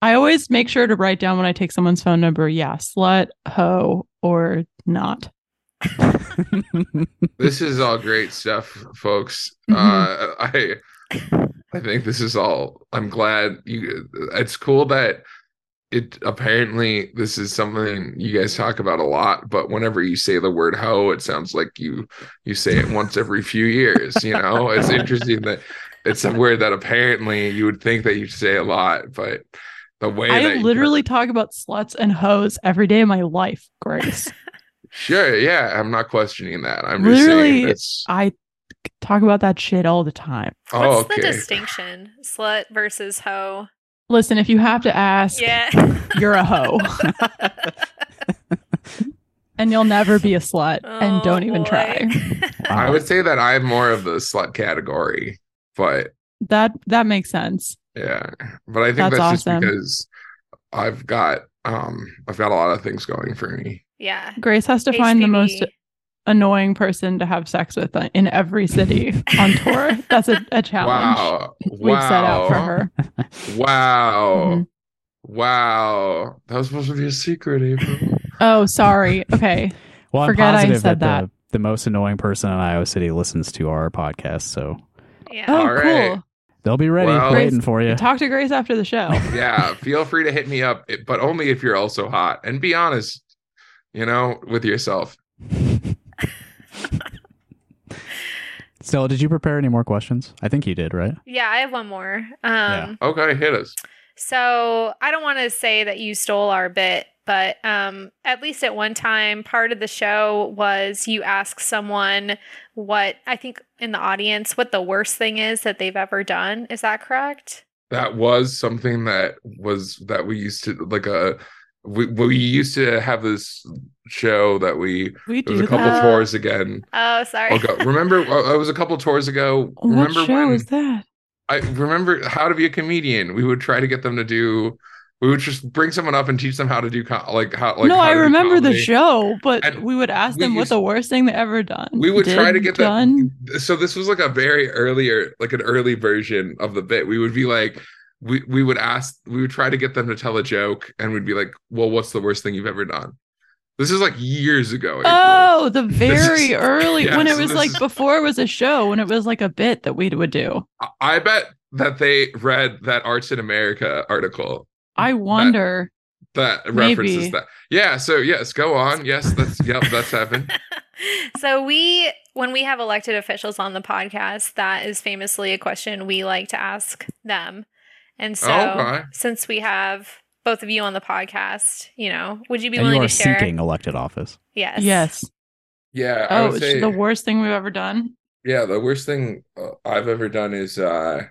F: I always make sure to write down when I take someone's phone number, yeah, slut, hoe or not.
G: This is all great stuff, folks.
F: Mhm.
G: Uh, I, I think this is all. I'm glad you. It's cool that it apparently this is something you guys talk about a lot. But whenever you say the word "hoe," it sounds like you you say it once every few years. You know, it's interesting that it's a word that apparently you would think that you say a lot, but the way that
F: I
G: you-
F: literally talk about sluts and hoes every day of my life, Grace.
G: sure, yeah, I'm not questioning that. I'm just
F: Literally,
G: saying it's.
F: I talk about that shit all the time.
G: Oh,
E: What's the
G: okay.
E: distinction? Slut versus hoe.
F: Listen, if you have to ask,
E: Yeah.
F: you're a hoe and you'll never be a slut and
E: Oh,
F: don't even
E: boy.
F: try. Uh-huh.
G: I would say that I'm more of the slut category, but
F: That that makes sense.
G: yeah, but I think that's,
F: That's
G: just
F: awesome.
G: because I've got um I've got a lot of things going for me.
E: yeah.
F: Grace has to find the most
E: HPV.
F: annoying person to have sex with uh, in every city on tour. That's a, a challenge
G: Wow,
F: we've
G: wow,
F: set out for her.
G: Wow,
F: Mhm.
G: wow, that was supposed to be a secret, April.
F: Oh, sorry. Okay.
D: Well, I'm
F: Forgot I
D: positive
F: said
D: that, The,
F: that.
D: the most annoying person in Iowa City listens to our podcast, so
E: Yeah.
F: Oh,
G: All right.
F: cool.
D: they'll be ready,
G: Well-
D: waiting for you.
F: Talk to Grace after the show.
G: yeah, feel free to hit me up, it- but only if you're also hot and be honest, you know, with yourself.
D: Stella, did you prepare any more questions? I think you did, right?
E: Yeah, I have one more. Um,
D: Yeah.
G: Okay, hit us.
E: So I don't want to say that you stole our bit, but um, at least at one time, part of the show was you ask someone what I think in the audience what the worst thing is that they've ever done. Is that correct?
G: That was something that was that we used to like a we we used to have this show that we
F: We
G: it was
F: do
G: a couple
E: that.
G: tours again.
E: Oh, sorry.
G: Okay, remember I I was a couple tours ago.
F: What
G: remember
F: show
G: when
F: is that?
G: I remember how to be a comedian. We would try to get them to do. We would just bring someone up and teach them how to do co- like how like.
F: no,
G: how
F: I
G: to do
F: remember the
G: comedy.
F: show, but
G: And
F: we would ask
G: we
F: them what
G: used-
F: the worst thing they ever done.
G: We would try to
F: did,
G: get
F: done.
G: that. So this was like a very earlier, like an early version of the bit. We would be like, we we would ask, we would try to get them to tell a joke, and we'd be like, "Well, what's the worst thing you've ever done?" This is like years ago. April.
F: Oh, the
G: This is-
F: very early when
G: yeah,
F: it
G: so
F: was
G: this
F: like
G: is-
F: before it was a show, when it was like a bit that we would do.
G: I- I bet that they read that Arts in America article
F: I wonder.
G: that references
F: Maybe.
G: that. Yeah. So yes, go on. Yes, that's yep, that's happened.
E: so we when we have elected officials on the podcast that is famously a question we like to ask them and so
G: Okay.
E: since we have both of you on the podcast you know would you be
D: and
E: willing
D: you are
E: to share
D: seeking elected office.
E: yes
F: Yes.
G: Yeah. I
F: Oh,
G: would
F: it's
G: say,
F: the worst thing we've ever done.
G: yeah, the worst thing uh, I've ever done is uh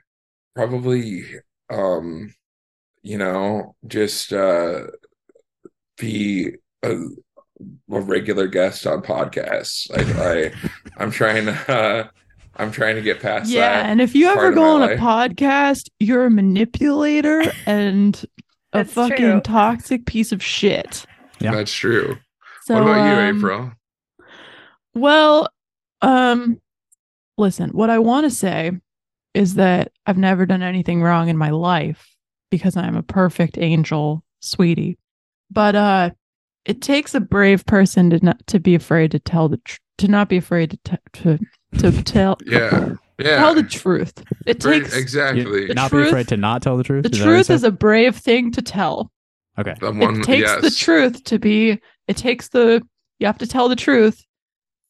G: probably um you know, just uh be a, a regular guest on podcasts. Like I I'm trying to uh, I'm trying to get past
F: yeah,
G: that.
F: and if you
G: part
F: ever
G: of
F: go
G: my
F: on a
G: life.
F: podcast, you're a manipulator and a
E: That's
F: fucking
E: true.
F: toxic piece of shit.
D: Yeah.
G: That's true.
F: So,
G: what about you,
F: um,
G: April?
F: Well, um, listen, what I want to say is that I've never done anything wrong in my life because I'm a perfect angel, sweetie. But uh, it takes a brave person to not to be afraid to tell the tr- to not be afraid to t- to to tell
G: Yeah. Yeah.
F: tell the truth. It
G: Very-
F: takes
G: exactly.
D: You- not
F: truth-
D: be afraid to not tell the truth.
F: the
D: that what you
F: truth
D: said?
F: is a brave thing to tell.
D: okay.
G: The one-
F: It takes the
G: yes.
F: truth to be. It takes the. You have to tell the truth.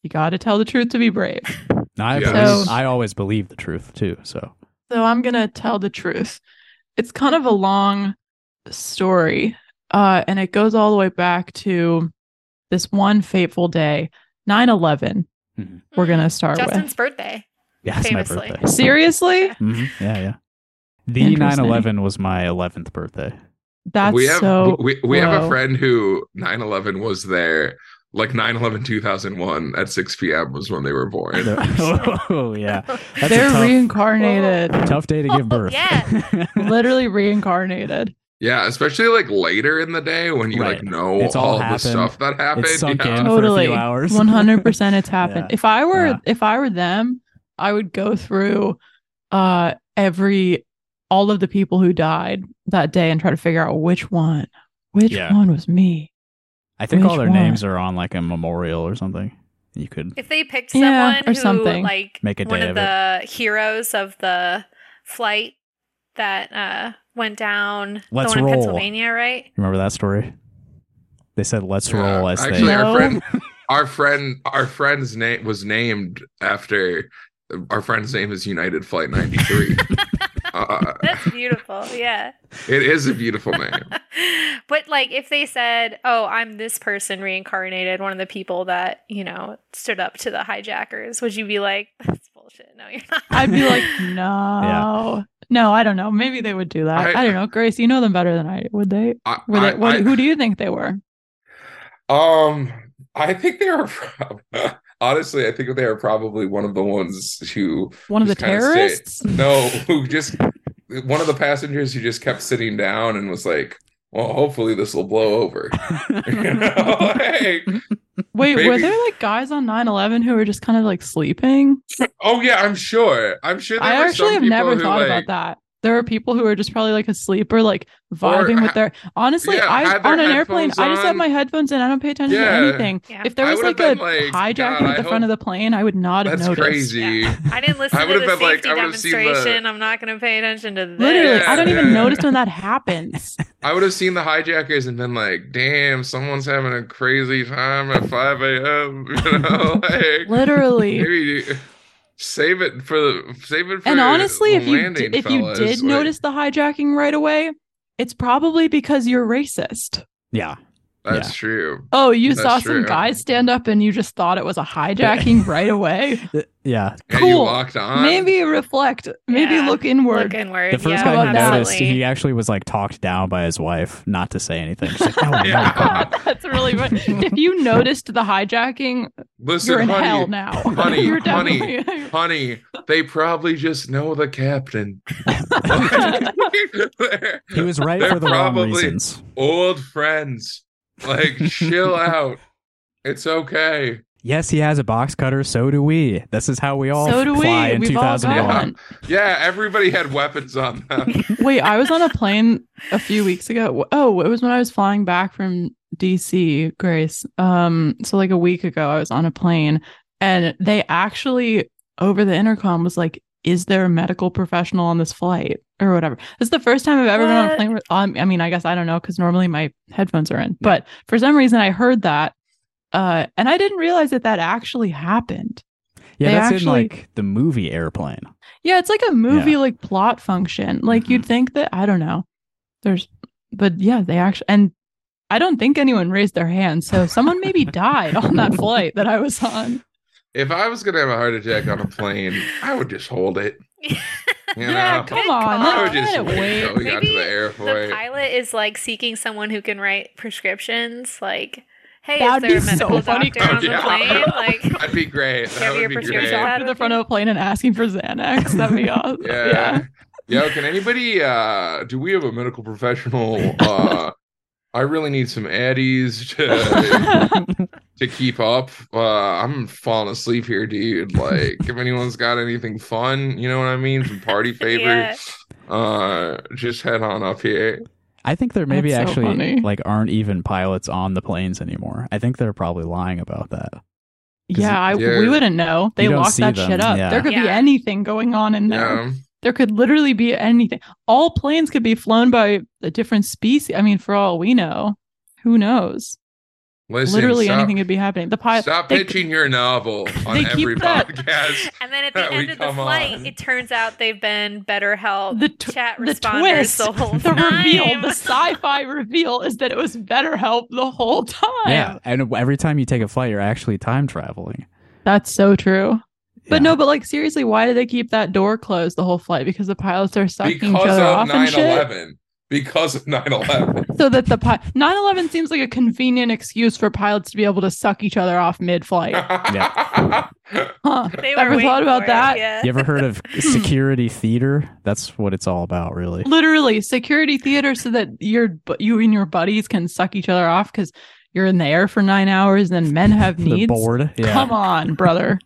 F: You got to tell the truth to be brave.
D: Now, I,
G: Yeah.
D: believe-
F: So-
D: I always believe the truth too. So
F: So I'm going to tell the truth. It's kind of a long story, uh, and it goes all the way back to this one fateful day, 9 11.
D: Mhm.
F: We're going to start
E: Mm-hmm. justin's
F: with.
E: birthday
D: yeah, it's my
E: Famously.
D: birthday.
F: Seriously?
D: Mhm. Yeah, yeah. The
F: Interesting.
D: 9/11 was my 11th birthday.
F: That's
G: we have
F: so.
G: we, we have a
F: whoa.
G: friend who 9-11 was there like 9-11 2001 at 6 p.m was when they were born
D: oh yeah, that's
F: They're
D: a tough,
F: reincarnated,
D: tough day to
F: Oh,
D: give birth.
E: Yeah.
F: literally reincarnated.
G: yeah especially like later in the day when you
D: Right.
G: like know
D: It's all
G: all, the
D: happened.
G: stuff that happened
D: it's sunk
G: yeah.
D: in
F: Totally.
D: for a few hours.
F: 100% it's happened.
D: Yeah.
F: If I were
D: Yeah.
F: if I were them, I would go through uh every all of the people who died that day and try to figure out which one which
D: Yeah.
F: one was me.
D: I think all
F: Which
D: their
F: one?
D: names are on like a memorial or something. You could
E: if they picked someone
F: Yeah, or
E: who
F: something.
E: like
D: Make a
E: one
D: day
E: of
D: of
E: the heroes of the flight that uh went down
D: Let's
E: the one
D: roll.
E: in pennsylvania right
D: remember that story. They said, "Let's
G: Yeah.
D: roll." As they
G: actually
F: No.
G: our friend our friend our friend's name was named after our friend's name is united flight 93 uh,
E: that's beautiful yeah
G: it is a beautiful name
E: but like if they said, "Oh, I'm this person reincarnated, one of the people that you know stood up to the hijackers," would you be like, "That's bullshit. No, you're not."
F: I'd be like, "No." No, I don't know. Maybe they would do that.
G: I-
F: I, don't know. Grace, you know them better than I. Would they?
G: I,
F: Were they
G: I-
F: what,
G: I-
F: who do you think they were?
G: Um, I think they were prob- honestly, I think they were probably one of the ones who
F: One of the
G: just kinda stayed-
F: terrorists?
G: no, who just one of the passengers who just kept sitting down and was like, "Well, hopefully this will blow over." You know,
F: Wait,
G: like,
F: were
G: maybe-
F: there like guys on 9/11 who were just kind of like sleeping?
G: oh yeah, I'm sure. I'm sure. There
F: I
G: were some
F: actually have
G: people
F: never
G: who,
F: thought
G: like-
F: about that. There are people who are just probably like asleep or like vibing
G: ha-
F: with their. Honestly,
G: yeah,
F: I
G: had their
F: on an airplane,
G: headphones
F: I just have
G: on.
F: my headphones in. I don't pay attention
G: Yeah.
F: to anything.
E: Yeah.
F: If there
G: I
F: was
G: would've
F: like a
G: been like,
F: hijacker at
G: God, I
F: the front of the plane, I would not have
G: That's
F: noticed.
G: crazy.
E: Yeah. I didn't listen
G: I
E: to
G: would've
E: the
G: been like,
E: safety
G: I would've seen the-
E: demonstration. I'm not going to pay attention to this.
F: Literally, I don't even
G: Yeah.
F: notice when that happens.
G: I would have seen the hijackers and been like, "Damn, someone's having a crazy time at 5 a.m." You know, like
F: Literally,
G: maybe Save it for the save it for
F: And honestly, if you
G: landing,
F: d- if you
G: fellas.
F: did
G: Like,
F: notice the hijacking right away, it's probably because you're racist.
D: Yeah.
G: that's
D: yeah.
G: true.
F: Oh, you
G: That's
F: saw some
G: true.
F: guys stand up and you just thought it was a hijacking right away.
D: Th- Yeah.
G: And you
F: Cool.
G: locked on.
F: maybe reflect, maybe
E: Yeah.
F: look inward.
E: Look inward.
D: The first
E: yeah,
D: guy he
F: absolutely.
D: noticed, he actually was like talked down by his wife not to say anything. She's like, oh, my
G: Yeah.
D: God.
F: That's really funny. if you noticed the hijacking,
G: Listen,
F: you're in
G: honey,
F: hell now.
G: honey,
F: you're
G: honey.
F: definitely-
G: honey, they probably just know the captain. They're
D: He was right
G: They're
D: for the
G: probably-
D: wrong reasons.
G: Old friends. Like, chill out. It's okay.
D: Yes, he has a box cutter. So do we. This is how we all
F: So do
D: fly
F: we.
D: in
F: We've all
D: 2001.
G: Yeah.
F: gone.
G: Yeah, everybody had weapons on them.
F: Wait, I was on a plane a few weeks ago. Oh, it was when I was flying back from DC, Grace. Um, so like a week ago, I was on a plane, and they actually over the intercom was like, "Is there a medical professional on this flight or whatever?" This is the first time I've ever been on a
E: What?
F: plane. Where, um, I mean, I guess I don't know because normally my headphones are in, but for some reason I heard that, uh, and I didn't realize that that actually happened.
D: Yeah,
F: They
D: that's
F: actually-
D: in like the movie Airplane.
F: Yeah, it's like a movie
D: Yeah. Mm-hmm.
F: like plot function. Like you'd think that I don't know. There's but yeah, they actually and I don't think anyone raised their hand, so someone maybe died on that flight that I was on.
G: If I was gonna have a heart attack on a plane, I would just hold it. You
F: Yeah,
G: know?
F: come on,
G: I
F: let
G: would just
F: it
G: wait
F: wait.
G: until we got to
E: Maybe
G: the
E: The
G: airport.
E: pilot is like seeking someone who can write prescriptions. Like, hey,
F: That'd
E: is there
F: be
E: a medical
F: so funny.
E: doctor on the
G: Yeah.
E: plane? Like,
G: That'd be great. That
E: Have
G: would
E: your
G: be
E: prescription
G: great.
E: out.
F: Out of the front of a plane and asking for Xanax. That'd be awesome.
G: Yeah. Yo, can anybody uh do we have a medical professional uh I really need some Addies to to keep up. Uh I'm falling asleep here, dude. Like if anyone's got anything fun, you know what I mean? Some party favor,
E: Yeah.
G: uh just head on up here.
D: I think there maybe
F: That's so
D: actually
F: funny.
D: like aren't even pilots on the planes anymore. I think they're probably lying about that.
F: Yeah, I,
G: Yeah.
F: we wouldn't know. They
D: You don't
F: locked
D: see
F: that
D: them,
F: shit up.
D: yeah.
F: There could be
E: Yeah.
F: anything going on in there.
G: Yeah.
F: There could literally be anything. All planes could be flown by a different species. I mean, for all we know, who knows?
G: Listen,
F: literally
G: stop,
F: anything could be happening. The pilot.
G: stop
F: they-
G: pitching your novel on
F: they keep
G: every
F: that-
G: podcast.
E: And then at the
G: That we
E: end of the
G: come
E: flight,
G: on.
E: it turns out they've been better help
F: The tw-
E: chat
F: the
E: responders
F: twist,
E: the whole
F: The
E: time.
F: reveal, the sci-fi reveal, is that it was BetterHelp the whole time.
D: Yeah, and every time you take a flight, you're actually time traveling.
F: that's so true. But
D: Yeah.
F: no, but like seriously, why do they keep that door closed the whole flight? Because the pilots are sucking each
G: Because
F: other
G: of
F: off and
G: nine
F: shit.
G: eleven. Because of nine eleven.
F: So that the pi- 9/11 seems like a convenient excuse for pilots to be able to suck each other off mid-flight.
G: Yeah.
F: Huh?
E: They were
F: Ever
E: waiting
F: thought about
E: for it,
F: that?
E: Yeah.
D: You ever heard of security theater? That's what it's all about, really.
F: literally security theater so that your bu- you and your buddies can suck each other off because you're in the air for nine hours and then men have
D: The
F: needs
D: board. Yeah.
F: come on brother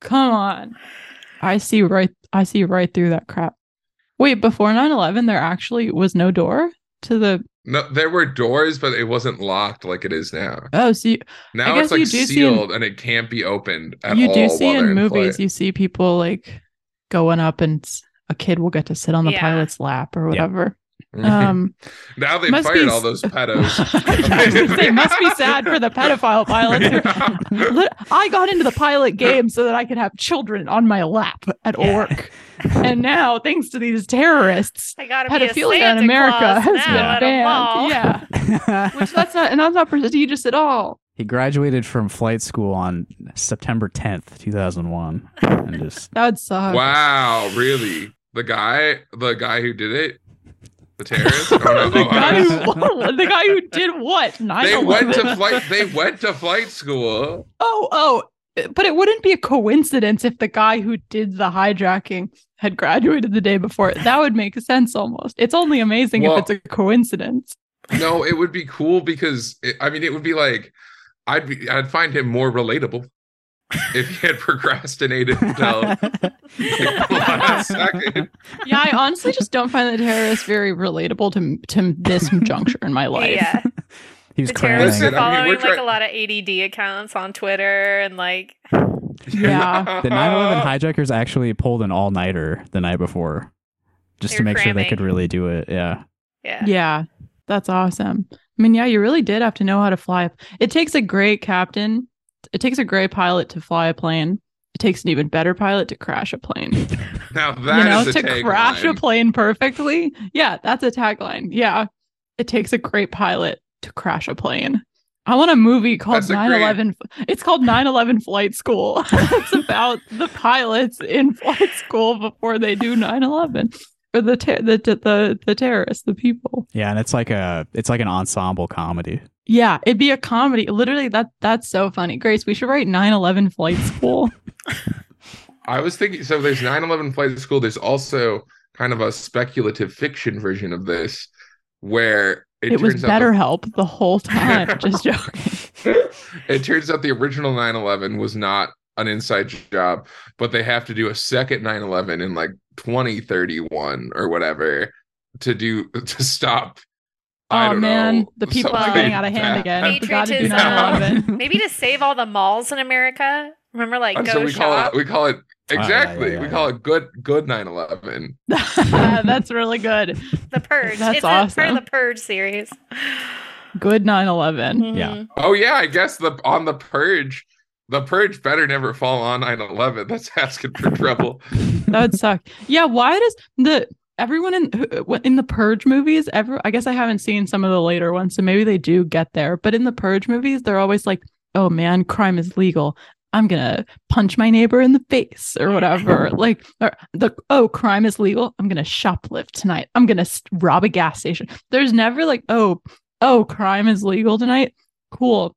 F: come on i see right i see right through that crap wait before 9-11 there actually was no door to the
G: No, there were doors, but it wasn't locked like it is now.
F: oh so you,
G: Now
F: guess
G: it's like
F: you do see in-
G: sealed and it can't be opened at
F: you
G: all.
F: do see
G: while they're
F: in movies
G: flight.
F: you see people like going up and s- a kid will get to sit on the
E: Yeah.
F: pilot's lap or whatever um
G: now they
F: must
G: fired
F: be
G: all
F: s-
G: those pedos.
F: I was gonna say, must be sad for the pedophile pilots who Li- I got into the pilot game so that I could have children on my lap at
D: Yeah.
F: work. And now, thanks to these terrorists,
E: I gotta be a
F: pedophilia in
E: Santa
F: America
E: Claus
F: has
E: now at a
F: been banned.
E: mall.
F: Yeah. Which that's not, and that's not prestigious at all.
D: he graduated from flight school on September 10th, 2001, and just
F: That would suck.
G: wow, really? The guy, the guy who did it, the terrorist. Oh, no.
F: The
G: Oh, I
F: guy,
G: was-
F: who, the guy who did what? 9
G: they went to flight. They went to flight school.
F: Oh, oh. But it wouldn't be a coincidence if the guy who did the hijacking had graduated the day before. That would make sense almost. It's only amazing
G: Well-
F: if it's a coincidence.
G: No, it would be cool because it, I mean, it would be like I'd be, I'd find him more relatable if he had procrastinated until the last second.
F: yeah, I honestly just don't find the terrorists very relatable to to this juncture in my life.
E: Yeah.
D: he was
E: The terrorists
D: cramming.
E: are
G: Listen, I mean,
E: following
G: we're
E: like
G: try-
E: a lot of ADD accounts on Twitter and like
F: Yeah.
D: The 9/11 hijackers actually pulled an all-nighter the night before, just
E: They
D: to
E: were
D: make sure they
E: cramming.
D: could really do it. Yeah.
E: yeah.
F: Yeah, that's awesome. I mean, yeah, you really did have to know how to fly. a- It takes a great captain. It takes a great pilot to fly a plane. It It takes an even better pilot to crash a plane.
G: Now that is
F: you know,
G: a
F: to crash a
G: tagline.
F: plane perfectly. Yeah, that's a tagline. Yeah. It takes a great pilot to crash a plane. I want a movie called
G: That's a
F: 9/11. It's called 9/11 Flight School. it's about the pilots in flight school before they do 9/11 for the ter- the, the the the terrorists, the people.
D: Yeah, and it's like a it's like an ensemble comedy.
F: Yeah, it'd be a comedy. Literally that that's so funny. Grace, we should write 9/11 Flight School.
G: I was thinking so there's 9/11 flight school there's also kind of a speculative fiction version of this where it,
F: It, was
G: turns out the-
F: BetterHelp the whole time. Just joking.
G: it turns out the original 9-11 was not an inside job but they have to do a second 9-11 in like 2031 or whatever to do to stop I
F: Oh,
G: don't
F: man,
G: know,
F: the people are
G: something
F: getting out of hand
G: bad.
F: again. I forgot to do
E: Patriotism.
F: 9/11.
E: Maybe to save all the malls in America. Remember, like
G: And
E: go
G: so we call
E: shop.
G: it we call it
D: Oh, yeah,
G: exactly
D: yeah,
G: we
D: yeah.
G: call it good good 9-11
F: That's really good.
E: the Purge.
F: That's
E: it's a- part
F: awesome.
E: of the Purge series.
F: Good 9/11.
D: Yeah.
E: Mhm.
G: oh yeah i guess the on the purge the purge better never fall on 9-11 that's asking for trouble
F: That would suck. Yeah, why does the everyone in who- uh, in the Purge movies? Every I guess I haven't seen some of the later ones, so maybe they do get there. But in the Purge movies, they're always like, "Oh man, crime is legal." I'm gonna punch my neighbor in the face or whatever. like, or the oh, crime is legal. I'm gonna shoplift tonight. I'm gonna s- rob a gas station. There's never like, oh, oh, crime is legal tonight. Cool.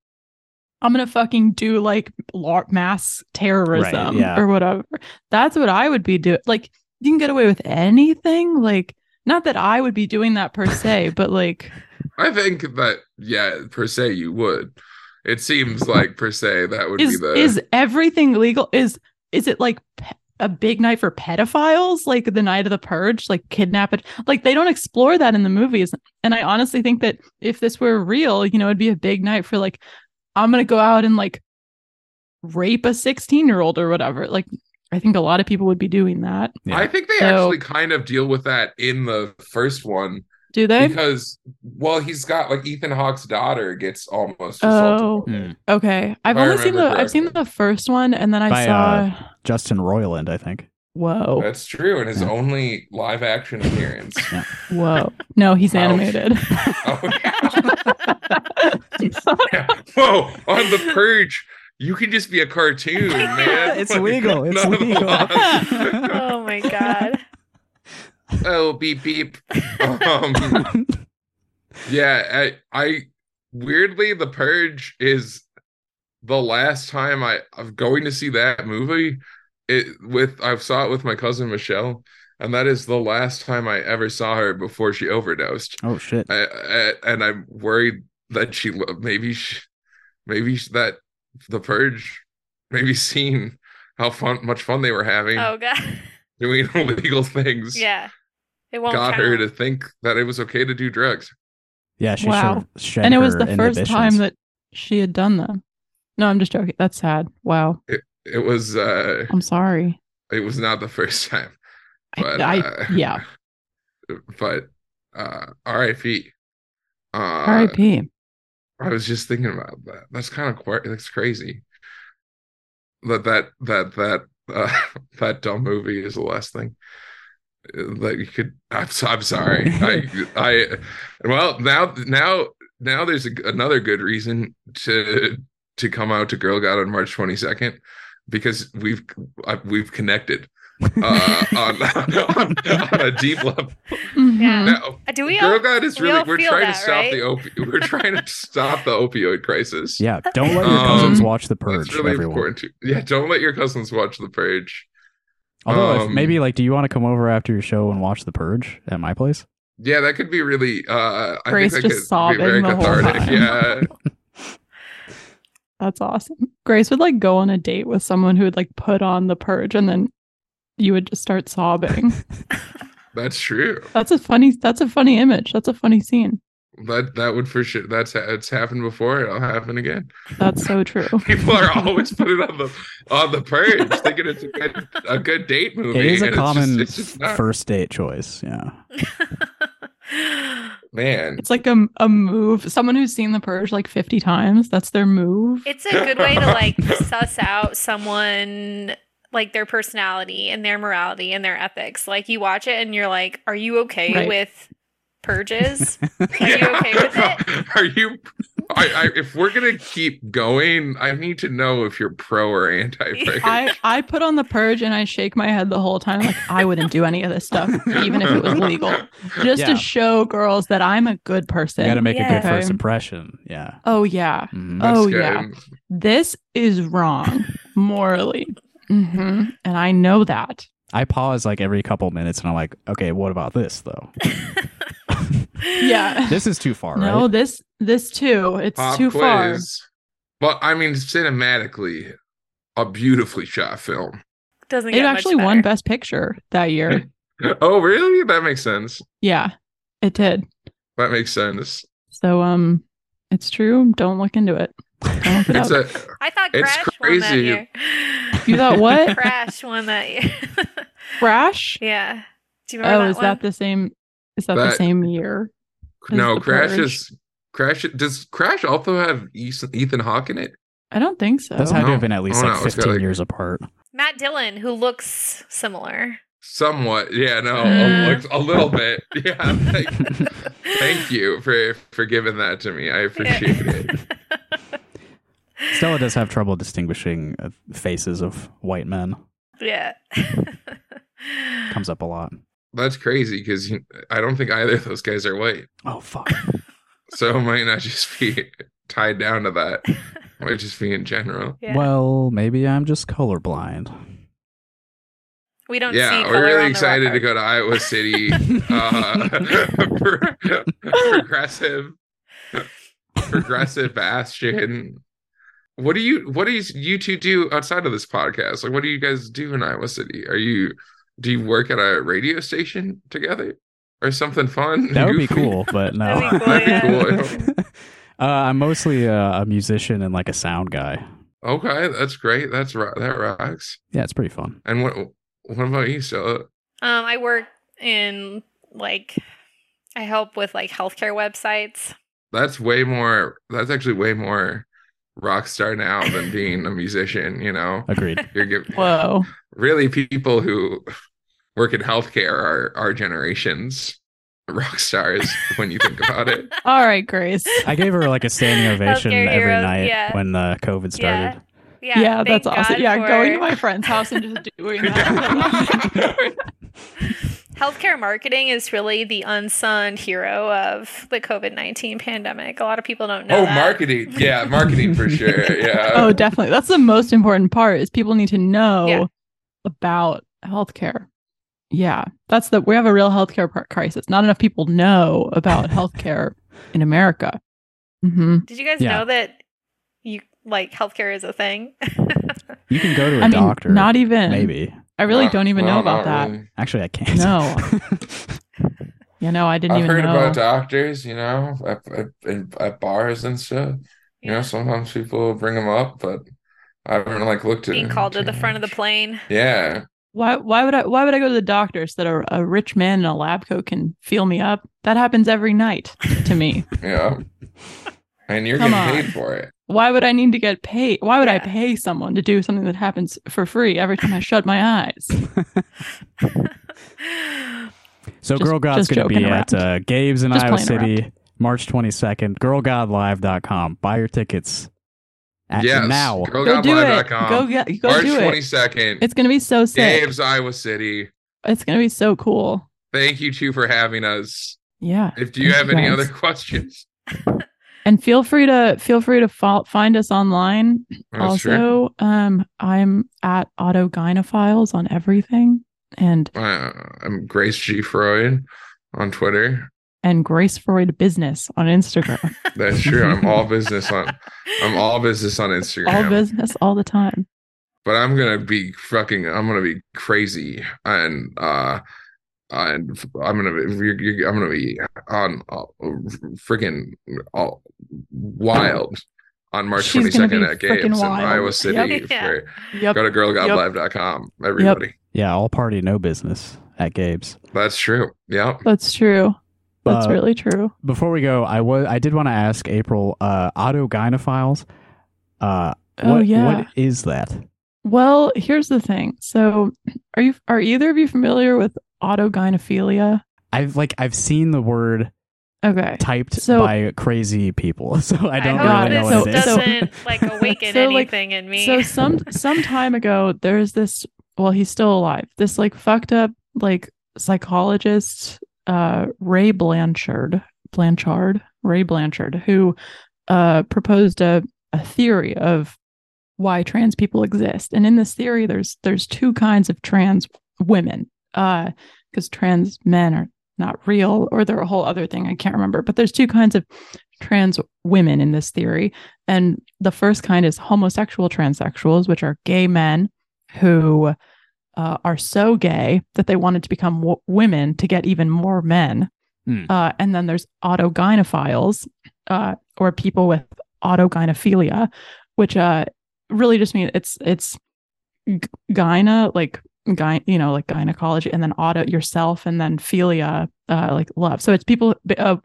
F: I'm gonna fucking do like lar- mass terrorism
D: yeah.
F: or whatever. That's what I would be doing. Like, you can get away with anything. Like, not that I would be doing that per se, but like,
G: i think that yeah per se you would it seems like per se that would be
F: is
G: the
F: is everything legal? Is is it like pe- a big night for pedophiles? Like the night of the purge, like kidnap it. Like they don't explore that in the movies. And I honestly think that if this were real, you know, it'd be a big night for like, I'm gonna go out and like rape a 16 year old or whatever. Like I think a lot of people would be doing that.
D: Yeah.
G: I think they
F: So-
G: actually kind of deal with that in the first one
F: Do they?
G: because, well, he's got like Ethan Hawke's daughter gets almost
F: Oh.
G: assaulted.
D: Mm.
F: okay, I've
G: I
F: only seen the
G: remember
F: I've seen
G: correctly.
F: the first one, and then I
D: By,
F: saw.
D: uh, Justin Roiland, I think.
F: Whoa,
G: That's true, and his
D: Yeah.
G: only live action appearance.
F: whoa! No, he's
G: Ouch.
F: animated.
G: oh, yeah. Yeah. Whoa! On the purge, you can just be a cartoon, man.
D: It's
G: Like,
D: legal, it's
G: none of the
D: legal.
G: laws.
E: Oh my god.
G: oh, beep beep. Um, Yeah, I, I weirdly the Purge is the last time I I'm going to see that movie. It with I've saw it with my cousin Michelle, and that is the last time I ever saw her before she overdosed.
D: oh shit.
G: I, I, and I'm worried that she lo- maybe she, maybe sh- that the Purge maybe seen how fun much fun they were having
E: Oh god.
G: doing illegal things.
E: Yeah. It won't count.
G: Got her to think that it was okay to do drugs.
D: Yeah, she
F: Wow.
D: sure shed
F: and it was
D: her
F: the first time
D: inhibitions.
F: that she had done them. No, I'm just joking. That's sad. Wow.
G: It was uh
F: I'm sorry.
G: it was not the first time
F: I-
G: but
F: I-
G: uh,
F: yeah.
G: but uh rip uh
F: R.I.P.
G: i was just thinking about that that's kind of quite that's crazy that that that that uh, that dumb movie is the last thing uh, that you could i'm, so- I'm sorry i i well now now now there's a, another good reason to to come out to girl god on march 22nd because we've I, we've connected uh, on, on on a deep level
F: Mhm.
G: now
E: Uh, Do we
G: Girl
E: all
G: Guide is
E: we
G: really
E: all
G: we're
E: feel
G: trying
E: that,
G: to stop
E: right?
G: the opi- we're trying to stop the opioid crisis.
D: Yeah, don't let your cousins
G: Um,
D: watch The
G: That's
D: Purge,
G: really
D: everyone.
G: important. To, yeah, don't let your cousins watch The Purge.
D: Although, if
G: Um,
D: maybe like, do you want to come over after your show and watch The Purge at my place?
G: Yeah, that could be really. uh I
F: Grace
G: think that
F: just
G: could
F: sobbing
G: be very
F: the whole
G: cathartic.
F: time.
G: Yeah,
F: That's awesome. Grace would like go on a date with someone who would like put on the purge and then you would just start sobbing.
G: that's true.
F: that's a funny that's a funny image. That's a funny scene.
G: That that would for sure. That's it's happened before. It'll happen again.
F: That's so true.
G: People are always putting on the on the purge, thinking it's a good a good date movie.
D: It is a
G: and it's just-
D: common
G: it's just not.
D: first date choice. Yeah.
G: man.
F: It's like a, a move. Someone who's seen the purge like 50 times, that's their move.
E: It's a good way to like suss out someone like their personality and their morality and their ethics. Like you watch it and you're like, are you okay
F: Right.
E: with purges? Are you okay with it?
G: Are you? I, I, if we're gonna keep going, I need to know if you're pro or anti. purge.
F: I, I put on the purge and I shake my head the whole time. Like, I wouldn't do any of this stuff, even if it was legal, just
D: Yeah.
F: to show girls that I'm a good
D: You
F: person.
D: got to make a
E: Yeah.
D: good first
F: Okay.
D: impression. Yeah.
F: oh, yeah.
D: Mhm.
F: Oh, yeah. This is wrong morally. hmm
E: Mm-hmm.
F: And I know that.
D: I pause like every couple minutes and I'm like, okay, what about this though?
F: Yeah.
D: This is too far,
F: No,
D: right?
F: this this too. It's
G: Pop
F: too
G: quiz.
F: far.
G: But I mean, cinematically, a beautifully shot film.
E: Doesn't
F: It
E: get much
F: actually won
E: better.
F: Best Picture that year.
G: Oh, really? That makes sense.
F: yeah, it did.
G: That makes sense.
F: So um, it's true. Don't look into it. Don't look it
G: It's
F: up.
G: a
E: I thought
G: It's
E: Crash won that
G: crazy.
E: year.
F: you thought what?
E: Crash won that year.
F: Crash?
E: yeah. Do you remember
F: Oh,
E: that
F: is
E: one?
F: that the same? Is that, the
G: That-
F: same year? Is
G: no.
F: The
G: Crash
F: Purge-
G: is Crash. Does Crash also have Ethan, Ethan Hawke in it?
F: I don't think so.
D: Those had to have been at least
G: Oh,
D: like
G: no, it's got,
D: 15
G: like-
D: years apart.
E: Matt Dillon, who looks similar.
G: Somewhat. Yeah. No.
E: Mm.
G: A, looks- a little bit. Yeah. Thank, thank you for for giving that to me. I appreciate it.
D: Stella does have trouble distinguishing uh, faces of white men.
E: Yeah.
D: Comes up a lot.
G: That's crazy because I don't think either of those guys are white.
D: Oh fuck.
G: So it might not just be tied down to that. It might just be in general.
E: Yeah.
D: Well, maybe I'm just colorblind.
E: we don't see
G: yeah,
E: color
G: we're
E: on
G: really
E: the
G: excited to
E: rock
G: go to Iowa City. uh, pro- progressive, progressive bastion. What do you? What do you, you two do outside of this podcast? Like, what do you guys do in Iowa City? Are you? Do you work at a radio station together, or something fun?
D: That would be
G: goofy?
D: cool, but no.
E: That'd be cool,
G: That'd be
D: uh, I'm mostly uh, a musician and like a sound guy.
G: Okay, that's great. That's ro- that rocks.
D: Yeah, it's pretty fun.
G: And what? What about you, Stella?
E: Um, I work in like I help with like healthcare websites.
G: that's way more that's actually way more rock star now than being a musician you know
D: Agreed.
G: you're giving
F: Whoa.
G: really people who work in healthcare are our generations rock stars when you think about it
F: All right, Grace.
D: I gave her like a standing ovation
E: Healthcare
D: every
E: heroes,
D: night
E: yeah.
D: when uh, COVID
E: Yeah.
D: started.
E: Yeah,
F: Yeah, that's
E: thank
F: awesome.
E: God
F: yeah,
E: for
F: going to my friend's house and just doing that.
E: healthcare marketing is really the unsung hero of the COVID nineteen pandemic. A lot of people don't know.
G: oh
E: that.
G: marketing yeah marketing for sure yeah
F: oh, definitely. That's the most important part is people need to know
E: Yeah.
F: about healthcare. Yeah, that's the we have a real healthcare par- crisis. Not enough people know about healthcare in America. hmm
E: Did you guys
D: Yeah.
E: know that you like healthcare is a thing?
D: You can go to a
F: I mean,
D: doctor.
F: not even.
D: maybe.
F: I really
G: Wow.
F: don't even know
G: Wow,
F: about
G: not
F: that.
G: really.
D: Actually, I can't.
F: No. You know, I didn't
G: i've
F: even
G: heard
F: know.
G: about doctors you know at, at, in- at bars and stuff you know sometimes people bring them up but i haven't like looked at
E: Being
G: them
E: called to
G: too
E: the front of the
G: much.
E: plane.
G: yeah
F: Why? Why would I? Why would I go to the doctor so that a, a rich man in a lab coat can feel me up? That happens every night to me.
G: yeah and you're
F: Come
G: getting
F: on.
G: paid for it
F: why would I need to get paid? Why would I
E: Yeah.
F: pay someone to do something that happens for free every time I shut my eyes?
D: So
F: Just-
D: Girl God's
F: just
D: going to be
F: joking
D: at
F: around.
D: uh, Gabe's in
F: Just
D: Iowa
F: playing around.
D: City, March 22nd. GirlGodLive.com. Buy your tickets at
G: yes.
D: now.
F: Go do it.
G: girlgotlive.com.
F: Go get. Go
G: March
F: do
G: twenty
F: it.
G: second.
F: It's gonna be so sick.
G: Gabe's Iowa City.
F: It's gonna be so cool.
G: Thank you two for having us.
F: Yeah,
G: If do you
F: Thank
G: have
F: you,
G: any
F: guys.
G: other questions,
F: and feel free to feel free to fo- find us online.
G: That's true.
F: also, um, I'm at Auto Gynophiles on everything, and
G: Uh, I'm Grace G Freud on Twitter.
F: and Grace Freud Business on Instagram.
G: That's true. I'm all business on. I'm all business on Instagram.
F: all business, all the time.
G: but I'm gonna be fucking. I'm gonna be crazy, and uh, and I'm gonna be. You're, you're, I'm gonna be on uh, freaking uh, wild on March
F: She's
G: twenty
F: gonna
G: second
F: be
G: at
F: frickin'
G: Gabe's in
F: wild.
G: Iowa
F: Yep.
G: City.
E: Yeah.
G: For,
F: Yep.
G: Go to girlgodlive.com. Everybody,
D: Yeah, all party, no business at Gabe's.
G: that's true. Yep.
F: That's true. That's
D: Uh,
F: really true.
D: Before we go, I was I did want to ask April, uh, Auto Gynophiles. Uh,
F: Oh,
D: what,
F: yeah.
D: What is that?
F: Well, here's the thing. So, are you are either of you familiar with autogynephilia?
D: I've like I've seen the word
F: Okay.
D: typed
F: So-
D: by crazy people, so I don't
E: hope
F: got
D: really
F: it.
D: know
E: Oh, this
D: what it is.
F: So-
E: doesn't like awaken
F: So, like-
E: anything in me.
F: So some some time ago, there's this. Well, he's still alive. This like fucked up like psychologist, uh, Ray Blanchard, Blanchard, Ray Blanchard, who uh, proposed a a theory of why trans people exist. And in this theory, there's there's two kinds of trans women, because trans men are not real, or they're a whole other thing. I can't remember. But there's two kinds of trans women in this theory. And the first kind is homosexual transsexuals, which are gay men who uh, are so gay that they wanted to become w- women to get even more men.
D: Hmm.
F: Uh, and then there's autogynephiles, uh, or people with autogynephilia, which uh, really just mean it's it's g- gyna like gyne you know like gynecology, and then auto yourself, and then philia uh, like love. So it's people uh,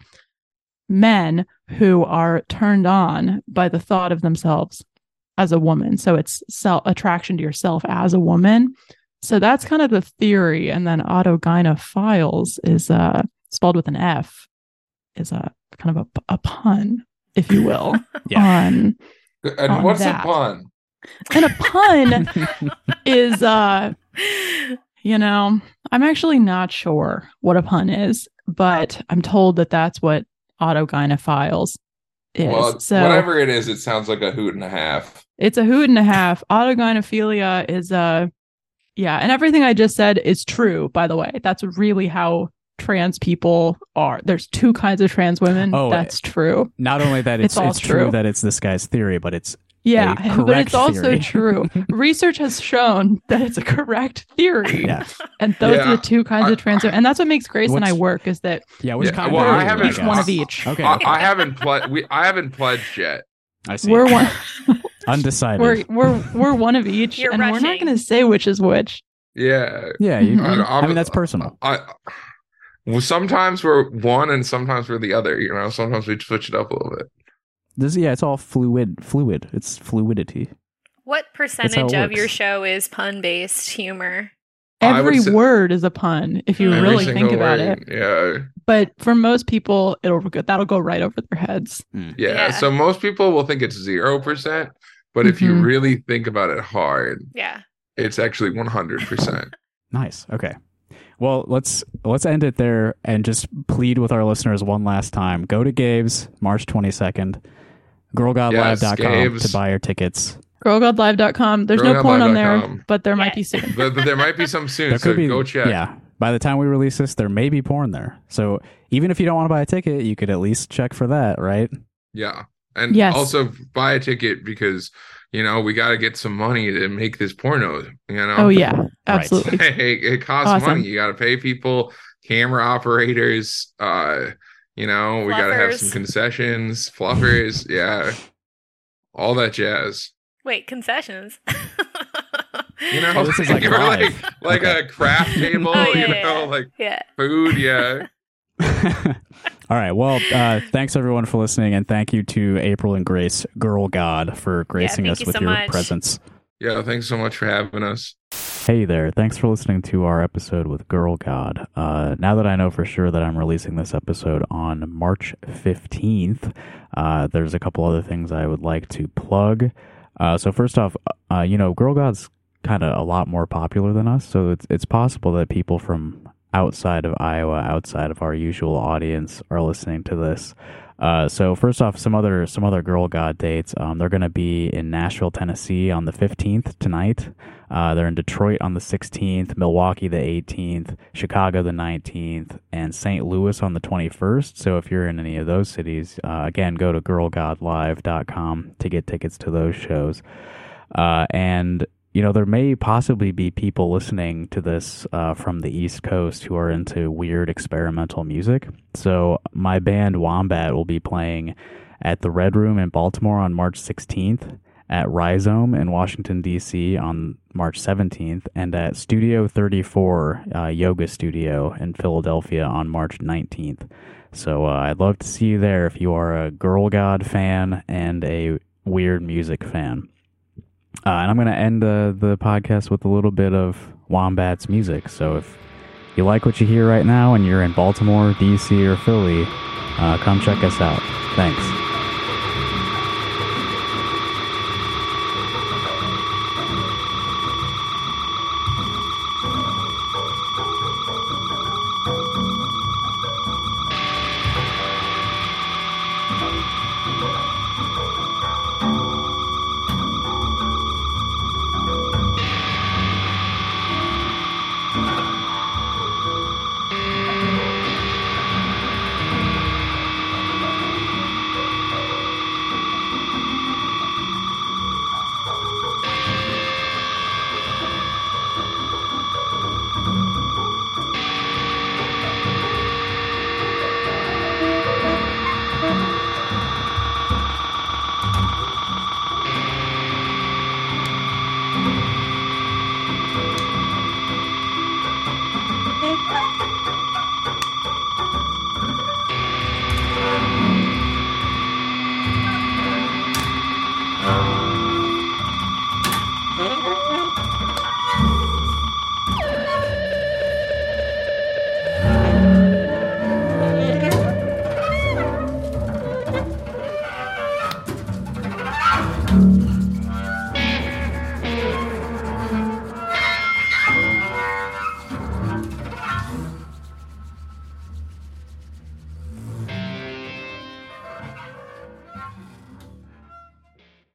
F: men who are turned on by the thought of themselves as a woman. So it's self attraction to yourself as a woman. So that's kind of the theory. And then autogynephiles is uh, spelled with an F, is a kind of a, a pun, if you will,
D: Yeah.
F: on
G: And
F: On
G: what's
F: that.
G: a pun?
F: and a pun is uh, You know, I'm actually not sure what a pun is, but I'm told that that's what autogynephiles is.
G: Well,
F: so
G: whatever it is, it sounds like a hoot and a half.
F: it's a hoot and a half. Autogynephilia is a, yeah, and everything I just said is true, by the way. That's really how trans people are. There's two kinds of trans women.
D: Oh,
F: that's true.
D: Not only that,
F: It's
D: it's,
F: all
D: it's true.
F: true.
D: that it's this guy's theory, but it's a
F: Yeah, but
D: correct
F: it's also
D: theory.
F: true. Research has shown that it's a correct theory.
D: yeah,
F: And those
G: Yeah.
F: are the two kinds
G: I-
F: of trans women. And that's what makes Grace and I
D: What's-
F: work is that
D: yeah. It was
G: Yeah,
D: kind
G: well,
D: of
G: I
D: weird,
G: haven't-
F: each one of
D: guess.
F: each.
D: Okay,
G: I, I haven't pledged. We I haven't pledged yet.
D: I see.
F: We're one
D: undecided.
F: we're we're we're one of each
E: You're
F: and we're not
E: rushing.
F: going to say which is which.
G: Yeah,
D: yeah, you,
F: Mhm.
G: I,
D: I
G: I'm-
D: mean that's personal.
G: I well, sometimes we're one and sometimes we're the other. You know, sometimes we switch it up a little bit.
D: This, yeah, it's all fluid. Fluid. It's fluidity.
E: what percentage of
D: works.
E: your show is pun based humor?
G: I would
F: Every
G: say-
F: word is a pun if you
E: Mm.
G: Every
F: really
G: single
F: think about
G: word,
F: it.
G: Yeah.
F: But for most people it'll go, that'll go right over their heads.
G: yeah,
E: Yeah.
G: So most people will think it's zero percent, but if you
F: Mhm.
G: really think about it hard,
E: Yeah.
G: it's actually one hundred percent.
D: Nice. Okay. Well, let's let's end it there and just plead with our listeners one last time. Go to Gabe's March 22nd, girlgodlive.com
G: Yes,
D: to buy your tickets.
F: Girlgodlive.com. There's no porn on there,
G: girlgodlive.com.
F: but there might
E: Yeah.
F: be soon.
G: But, but there might be some soon, so go check.
D: Yeah. By the time we release this, there may be porn there. So even if you don't want to buy a ticket, you could at least check for that, right?
G: Yeah. And
F: Yes.
G: also buy a ticket because you know we got to get some money to make this porno. You know.
F: Oh yeah, absolutely.
G: it, it costs
F: Awesome.
G: money. You got to pay people, camera operators. Uh, you know, we got to have some
E: Fluffers.
G: concessions, fluffers. yeah, all that jazz.
E: Wait, concessions.
G: You know,
D: Oh, this is like
G: or like,
D: live.
G: like a craft table.
E: Oh, yeah,
G: you
E: yeah,
G: know,
E: yeah.
G: like
E: Yeah.
G: food. Yeah.
D: All right. Well, uh, thanks everyone for listening, and thank you to April and Grace, Girl God, for gracing
E: thank
D: us
E: you
D: with
E: so
D: your
E: much.
D: presence.
G: Yeah. Thanks so much for having us.
D: Hey there, thanks for listening to our episode with Girl God. Uh, now that I know for sure that I'm releasing this episode on March 15th, uh, there's a couple other things I would like to plug. Uh, so, first off, uh, you know, Girl God's kind of a lot more popular than us, so it's, it's possible that people from outside of Iowa, outside of our usual audience, are listening to this. Uh, so first off, some other some other Girl God dates. Um, they're going to be in Nashville, Tennessee, on the fifteenth tonight. Uh, they're in Detroit on the 16th, Milwaukee the 18th, Chicago the 19th, and St. Louis on the 21st. So if you're in any of those cities, uh, again, go to girlgodlive.com to get tickets to those shows. Uh, and you know, there may possibly be people listening to this uh, from the East Coast who are into weird experimental music. So, my band Wombat will be playing at the Red Room in Baltimore on March 16th, at Rhizome in Washington, D.C. on March 17th, and at Studio 34 uh, Yoga Studio in Philadelphia on March 19th. So, uh, I'd love to see you there if you are a Girl God fan and a weird music fan. Uh, and I'm going to end the, the podcast with a little bit of Wombat's music. So if you like what you hear right now and you're in Baltimore, D.C., or Philly, uh, come check us out. Thanks.